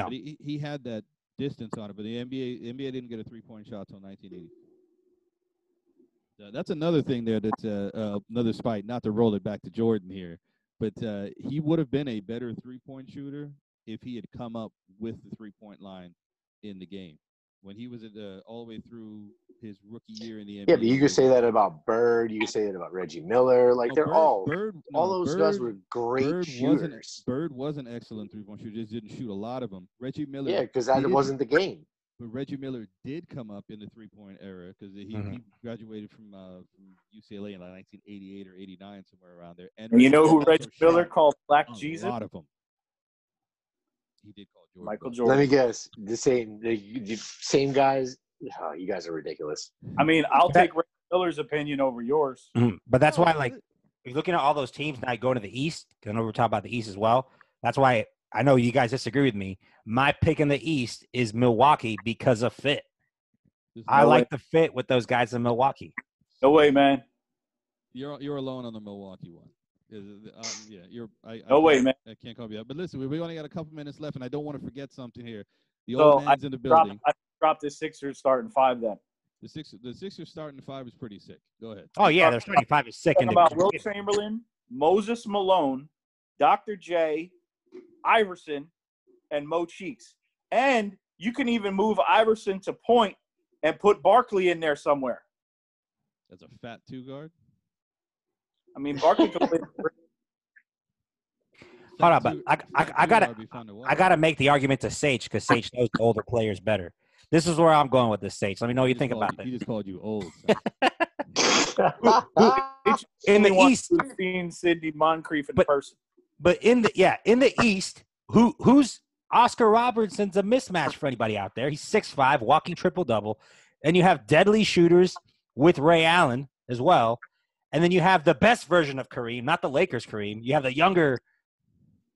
A: but he, he had that distance on it, but the NBA NBA didn't get a three point shot till 1980. Uh, that's another thing there. That's uh, uh, another spite. Not to roll it back to Jordan here, but uh, he would have been a better three point shooter if he had come up with the three point line in the game when he was at the, all the way through his rookie year in the NBA.
F: Yeah, but you
A: he
F: could
A: was-
F: say that about Bird. You could say that about Reggie Miller. Like
A: Oh,
F: they're
A: Bird-
F: all
A: Bird,
F: all
A: no,
F: those guys
A: Bird-
F: were great
A: wasn't
F: shooters.
A: Bird was an excellent three point shooter. Just didn't shoot a lot of them. Reggie Miller
F: Yeah, because
A: He
F: that
A: didn't-
F: wasn't the game.
A: but Reggie Miller did come up in the three point era because he,
E: Mhm.
A: he graduated from, uh, from UCLA in like 1988 or 89, somewhere around there. And
C: And you know who
A: also
C: Reggie Miller
A: shot
C: called Black
A: a
C: Jesus?
A: lot of them. He did call Jordan.
C: Michael
A: Black.
C: Jordan.
F: Let me guess. The same, the, the same guys. Oh, you guys are ridiculous.
C: I mean, I'll take Reggie Miller's opinion over yours.
E: Mhm. but that's why,
A: No,
E: like,
A: Oh, it-
E: you're looking at all those teams now going to the East. 'cause I know we're talking about the East as well. That's why I know you guys disagree with me. My pick in the East is Milwaukee because of fit.
A: there's
E: I
A: no way-
E: like the fit with those guys in Milwaukee.
C: No way, man.
A: You're you're alone on the Milwaukee one. Is it- uh, yeah, you're. I, I
C: No way,
A: can't-
C: man.
A: I can't call you out. But listen, we, we only got a couple minutes left, and I don't want to forget something here. The
C: So,
A: old
C: I
A: man's in the
C: Drop,
A: building.
C: I dropped the Sixers starting five then.
A: The six, the Sixers starting five is pretty sick. Go ahead.
E: Oh yeah, they're starting five is sick. in
C: Talking
E: the-
C: about Will Chamberlain, Moses Malone, Dr. J, Iverson, and Mo Cheeks. And you can even move Iverson to point and put Barkley in there somewhere.
A: That's a fat two guard.
C: I mean, Barkley could play.
E: Hold
A: Fat
E: on, but
A: two-
E: I- I-
A: fat
E: I
A: two
E: gotta-
A: guard would be fun to
E: I
A: watch.
E: got to make the argument to Sage because Sage knows the older players better. This is where I'm going with this, Sage. Let me know what
A: He
E: you
A: just
E: think
A: called you-
E: about this.
A: He just called you old. son.
E: In the East,
C: We've seen Sidney Moncrief in
E: But-
C: person.
E: but in the yeah, in the East, who who's Oscar Robertson's a mismatch for anybody out there. He's six five, walking triple double, and you have deadly shooters with Ray Allen as well, and then you have the best version of Kareem, not the Lakers Kareem. You have the younger,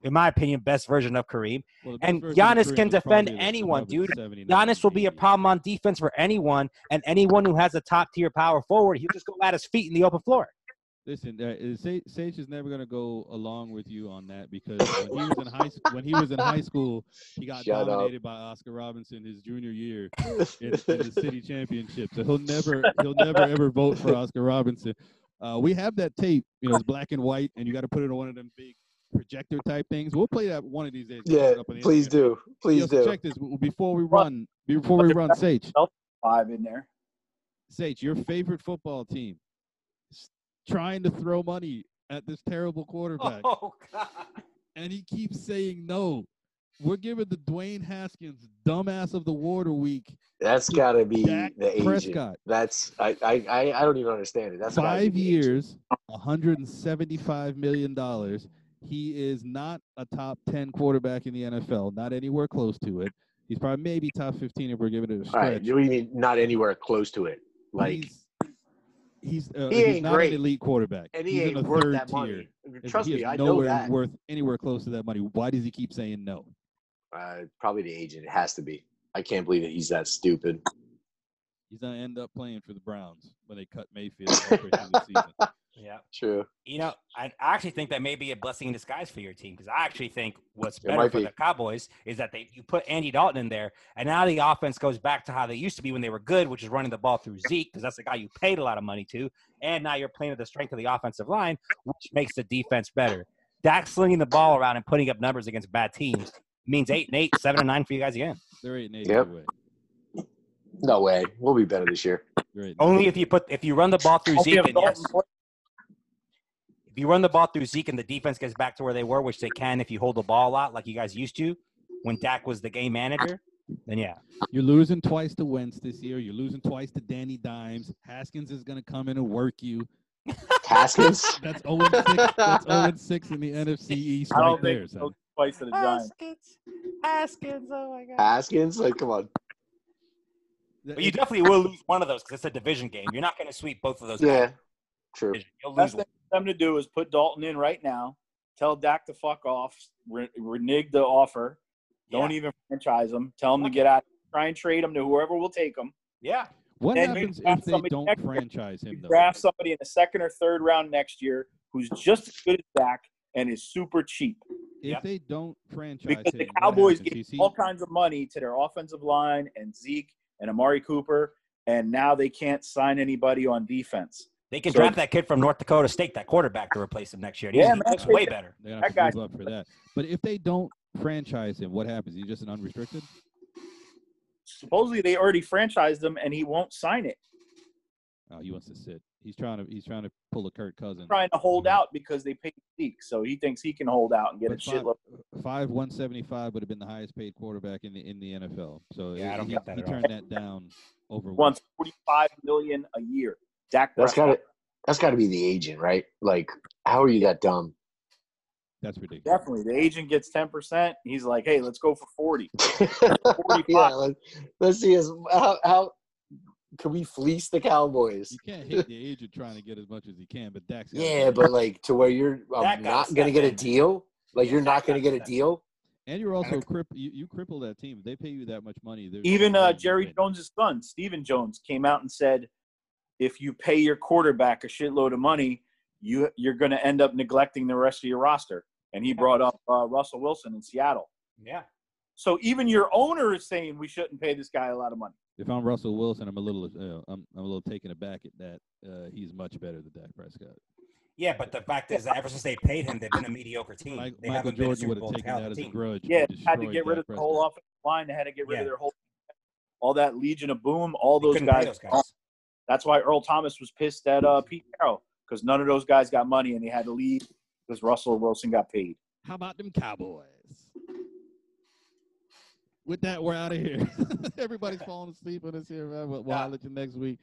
E: in my opinion, best version of Kareem.
A: Well, the best
E: And
A: version of
E: Giannis
A: Kareem
E: can
A: is
E: defend
A: probably the-
E: anyone,
A: probably
E: dude.
A: 79
E: Giannis will be a
A: 80.
E: problem on defense for anyone, and anyone who has a top tier power forward, he'll just go at his feet in the open floor.
A: Listen, uh, is Sa- Sage is never gonna go along with you on that because when he was in high s- when he was in high school, he got
F: Shut up.
A: dominated by Oscar Robinson his junior year in, in the city championship. So he'll never he'll never ever vote for Oscar Robinson. Uh, we have that tape, you know, it's black and white, and you got to put it on one of them big projector type things. We'll play that one of these days. We'll put
F: Yeah,
A: it up on the
F: please
A: Instagram.
F: do. Please
A: Yo,
F: do.
A: Check this w- before we run. Before we run, Sage.
C: Five in there.
A: Sage, your favorite football team s- trying to throw money at this terrible quarterback,
E: Oh God!
A: and he keeps saying no. We're giving the Dwayne Haskins dumbass of the water week
F: That's got to be
A: Dak
F: the agent.
A: Prescott.
F: That's I, I I I don't even understand it. That's gotta be
A: Five
F: the agent.
A: years, $175 million. He is not a top 10 quarterback in the NFL, not anywhere close to it. He's probably maybe top 15 if we're giving it a
F: All right,
A: stretch.
F: you mean not anywhere close to it? Like,
A: he's he's, uh,
F: He
A: he's
F: ain't
A: not
F: great.
A: an elite quarterback.
F: and he
A: he's in
F: E ain't
A: the
F: worth
A: third
F: that
A: tier.
F: money.
A: If
F: Trust
A: he
F: me,
A: is
F: I know
A: nowhere
F: that.
A: worth anywhere close to that money. Why does he keep saying no?
F: Uh, probably the agent. It has to be. I can't believe that he's that stupid.
A: He's gonna end up playing for the Browns when they cut Mayfield halfway through the season.
E: Yeah,
F: True.
E: you know, I I actually think that may be a blessing in disguise for your team because I actually think what's
F: It
E: better
F: might
E: for
F: be.
E: the Cowboys is that they you put Andy Dalton in there, and now the offense goes back to how they used to be when they were good, which is running the ball through Zeke because that's the guy you paid a lot of money to, and now you're playing to the strength of the offensive line, which makes the defense better. Dak slinging the ball around and putting up numbers against bad teams means eight and eight, seven and nine for you guys again.
A: They're eight and eight
F: Yep.
A: either way.
F: No way. We'll be better this year.
A: They're eight and
C: Oh.
A: eight.
E: Only if you put if you run the ball through
C: Only
E: Zeke,
C: if
E: and
C: Dalton
E: yes,
C: plays.
E: if you run the ball through Zeke and the defense gets back to where they were, which they can if you hold the ball a lot like you guys used to when Dak was the game manager, then yeah.
A: You're losing twice to Wentz this year. You're losing twice to Danny Dimes. Haskins is gonna come in and work you.
F: Haskins.
A: That's 0 and 6. That's 0 and 6 in the NFC East
C: I
A: right
C: don't
A: there.
C: think
A: Son.
C: he'll twice to the Giants.
E: Haskins, oh my God.
F: Haskins. Like, come on.
E: But you definitely will lose one of those because it's a division game. You're not going to sweep both of those.
F: Yeah. True.
E: You'll lose
C: Best
E: one.
C: thing for them to do is put Dalton in right now, Tell Dak to fuck off. Re- renege the offer. Don't
E: e-,
C: even franchise him. Tell him to get out. Try and trade him to whoever will take him.
E: Yeah.
A: What
C: Then
A: happens
C: draft
A: if they
C: somebody
A: don't
C: next year.
A: franchise him
C: You
A: though?
C: draft somebody in the second or third round next year who's just as good as Dak and is super cheap.
A: If
E: Yeah.
A: they don't franchise
C: because
A: him,
C: the
A: what
C: Cowboys
A: happens?
C: gave
A: Is he-
C: all kinds of money to their offensive line and Zeke and Amari Cooper, and now they can't sign anybody on defense.
E: They can
C: So-
E: draft that kid from North Dakota State, that quarterback, to replace him next year. And
C: Yeah,
E: he's
C: man.
E: looks way better.
A: They're gonna have
C: That
A: to move up for that. But if they don't franchise him, what happens? He's just an unrestricted.
C: Supposedly they already franchised him, and he won't sign it.
A: Oh, he wants to sit. He's trying to. He's trying to pull a Kirk Cousins.
C: Trying to hold out because they paid Zeke, so he thinks he can hold out and get
A: But
C: a shitload.
A: Five one seventy five would have been the highest paid quarterback in the in the NFL. So
E: Yeah,
A: he-
E: I don't
A: he,
E: get that
A: He
E: at all.
A: turned that down over
C: Wants forty-five million a year. Dak
F: That's
C: Prescott.
F: got to that's got to be the agent, right? Like, how are you that dumb?
A: That's ridiculous.
C: Definitely, the agent gets ten percent. He's like, "Hey, let's go for forty.
F: yeah, like, let's see us how, how can we fleece the Cowboys?
A: You can't hate the agent trying to get as much as he can, but Dak's gotta
F: Yeah,
A: go.
F: but like to where you're
E: That
F: um,
E: guy
F: not gonna
E: stepped
F: get a
E: in.
F: deal. Like
E: Yeah,
F: you're
E: that
F: not
E: guy
F: gonna get a
E: stepped in.
F: deal.
A: and you're also crip. You, you cripple that team. If They pay you that much money. there's
C: Even
A: no way
C: uh,
A: you
C: Jerry
A: win.
C: Jones' son, Stephen Jones, came out and said, "If you pay your quarterback a shitload of money, you you're going to end up neglecting the rest of your roster." And he brought up uh, Russell Wilson in Seattle.
E: Yeah.
C: So even your owner is saying we shouldn't pay this guy a lot of money.
A: If I'm Russell Wilson, I'm a little. Uh, I'm I'm a little taken aback at that. Uh, he's much better than Dak Prescott.
E: Yeah, but the fact is that ever since they paid him, they've been a mediocre team.
A: Mike,
E: they
A: Michael
E: haven't been a
A: Jordan
E: Super
A: would have
E: Bowl
A: taken that
E: caliber
A: as a
E: team.
A: grudge. and
C: Yeah, they had to
A: destroyed
C: get rid
A: Dak
C: of the whole
A: Prescott.
C: offensive line. They had to get rid
E: Yeah.
C: of their whole, all that Legion of Boom, all
E: They
C: those
E: couldn't pay
C: guys.
E: those guys.
C: That's why Earl Thomas was pissed at uh, Pete Carroll because none of those guys got money and they had to leave because Russell Wilson got paid.
A: How about them Cowboys? With that, we're out of here. Everybody's falling asleep on us here, man. We'll, we'll
E: Nah.
A: holler at you next week.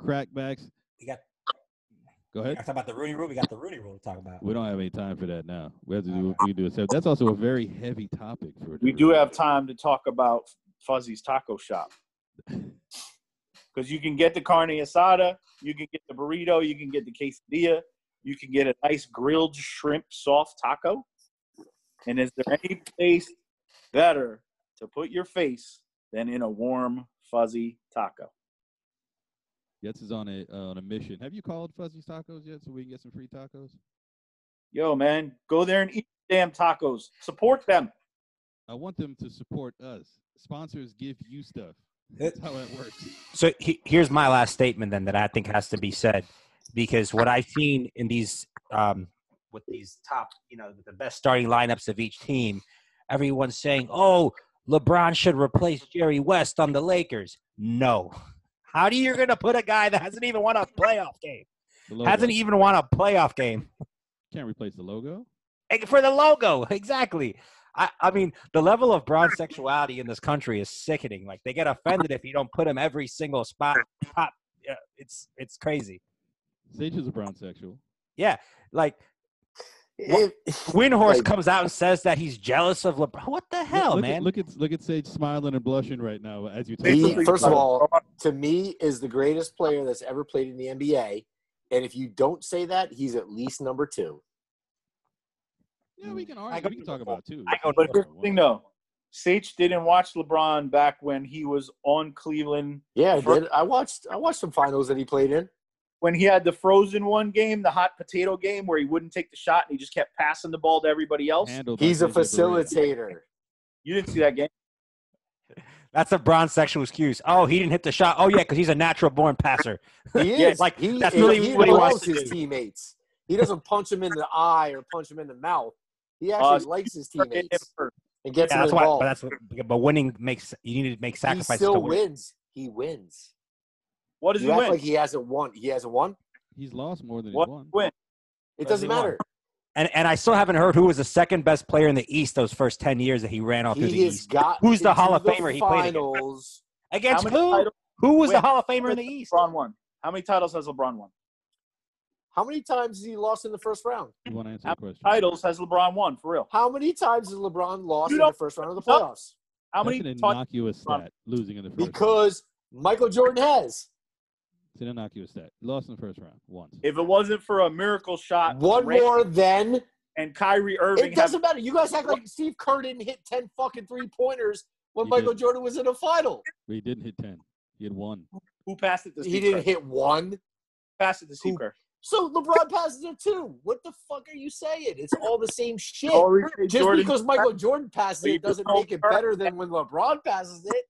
A: Crackbacks.
E: We got
A: Go
E: we
A: ahead.
E: talked about the Rooney Rule. We got the Rooney Rule to talk about.
A: We don't have any time for that now. We have to do
E: Alright.
A: we do it. separate. That's also a very heavy topic for.
C: We do have time to talk about Fuzzy's Taco Shop because you can get the carne asada, you can get the burrito, you can get the quesadilla, you can get a nice grilled shrimp soft taco. And is there any place better to put your face than in a warm fuzzy taco?
A: Jets is on a uh, on a mission. Have you called Fuzzy's Tacos yet, so we can get some free tacos?
C: Yo, man, go there and eat damn tacos. Support them.
A: I want them to support us. Sponsors give you stuff.
E: It-
A: That's how it works.
E: So he, here's my last statement then that I think has to be said, because what I've seen in these um, with these top, you know, the best starting lineups of each team, everyone's saying, "Oh, LeBron should replace Jerry West on the Lakers." No, how do you you're gonna put a guy that hasn't even won a playoff game,
A: The logo.
E: hasn't even won a playoff game
A: Can't replace the logo.
E: Eh, for the logo? Exactly. I, I mean, the level of broad sexuality in this country is sickening. Like they get offended if you don't put them every single spot. Top, yeah, it's it's crazy.
A: Sage is a brown sexual.
E: Like
F: If,
E: Windhorse
F: Like-
E: comes out and says that he's jealous of LeBron. What the
A: Look-
E: hell,
A: look,
E: man?
A: At, look at look at Sage smiling and blushing right now as you talk.
F: He-
A: about it.
F: first of all, to me, is the greatest player that's ever played in the NBA. And if you don't say that, he's at least number two.
A: yeah, we can
E: I
A: argue.
E: go
A: We can
E: to
A: talk
E: the-
A: about it too.
E: I go to
C: But
E: the-
C: here's the thing, though. Sage didn't watch LeBron back when he was on Cleveland.
F: Yeah, I
C: Fir-
F: did. I watched. I watched some finals that he played in.
C: When he had the frozen one game, the hot potato game, where he wouldn't take the shot and he just kept passing the ball to everybody else.
A: Handled by
F: He's a
A: Sage Berea.
F: facilitator.
C: You didn't see that game.
E: That's a bronze sexual excuse. Oh, he didn't hit the shot. Oh yeah, because he's a natural born passer.
F: He is.
E: Yeah, like,
F: he,
E: that's
F: is-
E: really
F: he
E: what he wants
F: loves
E: to
F: his
E: do.
F: teammates. He doesn't punch him in the eye or punch him in the mouth. He
C: Uh,
F: actually likes his
C: Hit him
F: teammates
C: first.
F: and gets
E: Yeah,
F: them
E: that's why. But
F: involved.
E: that's what, but winning makes you need to make
F: he
E: sacrifices. to
F: still
E: win.
F: wins. He wins.
C: What does
F: You
C: he
F: act
C: win?
F: like he hasn't won. He hasn't won.
A: He's lost more than
C: What-
A: he's won.
C: win.
F: It
E: Does
F: doesn't
E: he won?
F: matter.
E: And and I still haven't heard who was the second best player in the East those first ten years that he ran all through the
F: He has
E: East.
F: got.
E: Who's the Hall of
F: into
E: Famer he played against?
F: Finals.
E: Against
C: How many
E: who?
C: titles
E: Who was the
C: Wait.
E: Hall of Famer in the East?
C: LeBron won? How many titles has LeBron won?
F: How many times has he lost in the first round?
A: You want to answer
C: How
A: the question?
C: Titles has LeBron won for real?
F: How many times has LeBron lost
C: You
F: in the
C: don't-
F: first round of the
C: No.
F: playoffs?
C: How
A: That's
C: many?
A: an
C: titles?
A: innocuous
C: LeBron?
A: stat. Losing in the first round.
F: Because Michael Jordan has
A: It's an innocuous stat. Lost in the first round once.
C: if it wasn't for a miracle shot,
F: one
C: Uh, Ray-
F: more than
C: and Kyrie Irving
D: It
C: have
D: doesn't matter. You guys act like Steve Kerr didn't hit ten fucking three pointers when
A: He
D: Michael
A: did.
D: Jordan was in a final.
A: But he didn't hit ten. He had one.
C: who passed it to
D: He
C: Steve
D: didn't
C: Kerr?
D: hit one.
C: Passed it to Steve
D: who-
C: Kerr.
D: So LeBron passes it too. What the fuck are you saying? It's all the same shit.
C: Always say
D: Just
C: Jordan-
D: because Michael Jordan passes
C: you
D: it doesn't
C: don't
D: make it
C: know.
D: better than when LeBron passes it.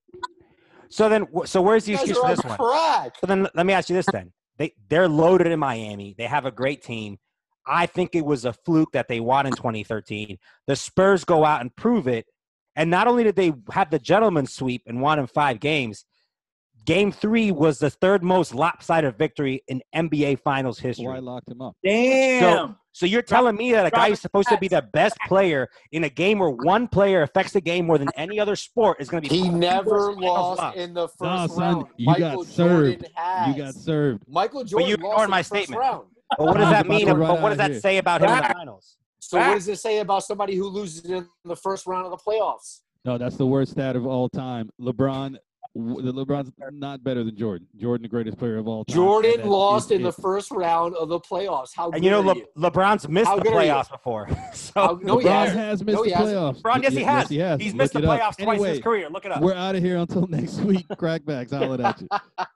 E: So then, wh- so where's the
D: You guys
E: excuse
D: are
E: for
D: on
E: this one?
D: crack.
E: So then, let me ask you this then: they they're loaded in Miami. They have a great team. I think it was a fluke that they won in 2013. The Spurs go out and prove it, and not only did they have the gentleman sweep and won in five games, Game Three was the third most lopsided victory in NBA Finals history.
A: Kawhi locked him up.
C: Damn.
E: So you're telling me that a guy
C: Robert
E: who's supposed to be the best player in a game where one player affects the game more than any other sport is going to be.
D: He
E: fucking
D: never
E: finals
D: lost
E: lost.
D: in the first
A: Nah, son,
D: round.
A: you got
D: Michael
A: served.
D: Jordan has.
A: You got served.
D: Michael Jordan
E: you
D: lost
E: ignored
D: in
E: my
D: the first
E: statement.
D: round.
E: But what
A: I was
E: does that
A: about to
E: mean?
A: run
E: But
A: out
E: what does
A: of
E: that
A: here.
E: say about him in the
C: Fact.
E: finals?
D: So what does it say about somebody who loses in the first round of the playoffs?
A: No, that's the worst stat of all time. LeBron, w- the LeBron's not better than Jordan. Jordan, the greatest player of all time. and
D: Jordan
A: that
D: lost
A: is
D: in the
A: it.
D: first round of the playoffs. How
E: And
D: good
E: you know,
D: are
E: Le-
D: you?
E: LeBron's missed
D: How
E: the
D: good are you?
E: playoffs before. So
D: How- no, he
A: LeBron
D: hasn't.
A: has missed
D: No, he
A: the
D: hasn't.
A: playoffs.
E: LeBron, yes,
A: Y-
E: he has.
A: Yes, he has.
E: He's
A: Look
E: missed the
A: it up.
E: playoffs twice in
A: Anyway,
E: his career. Look it up.
A: We're out of here until next week. Crackbacks, holler at you.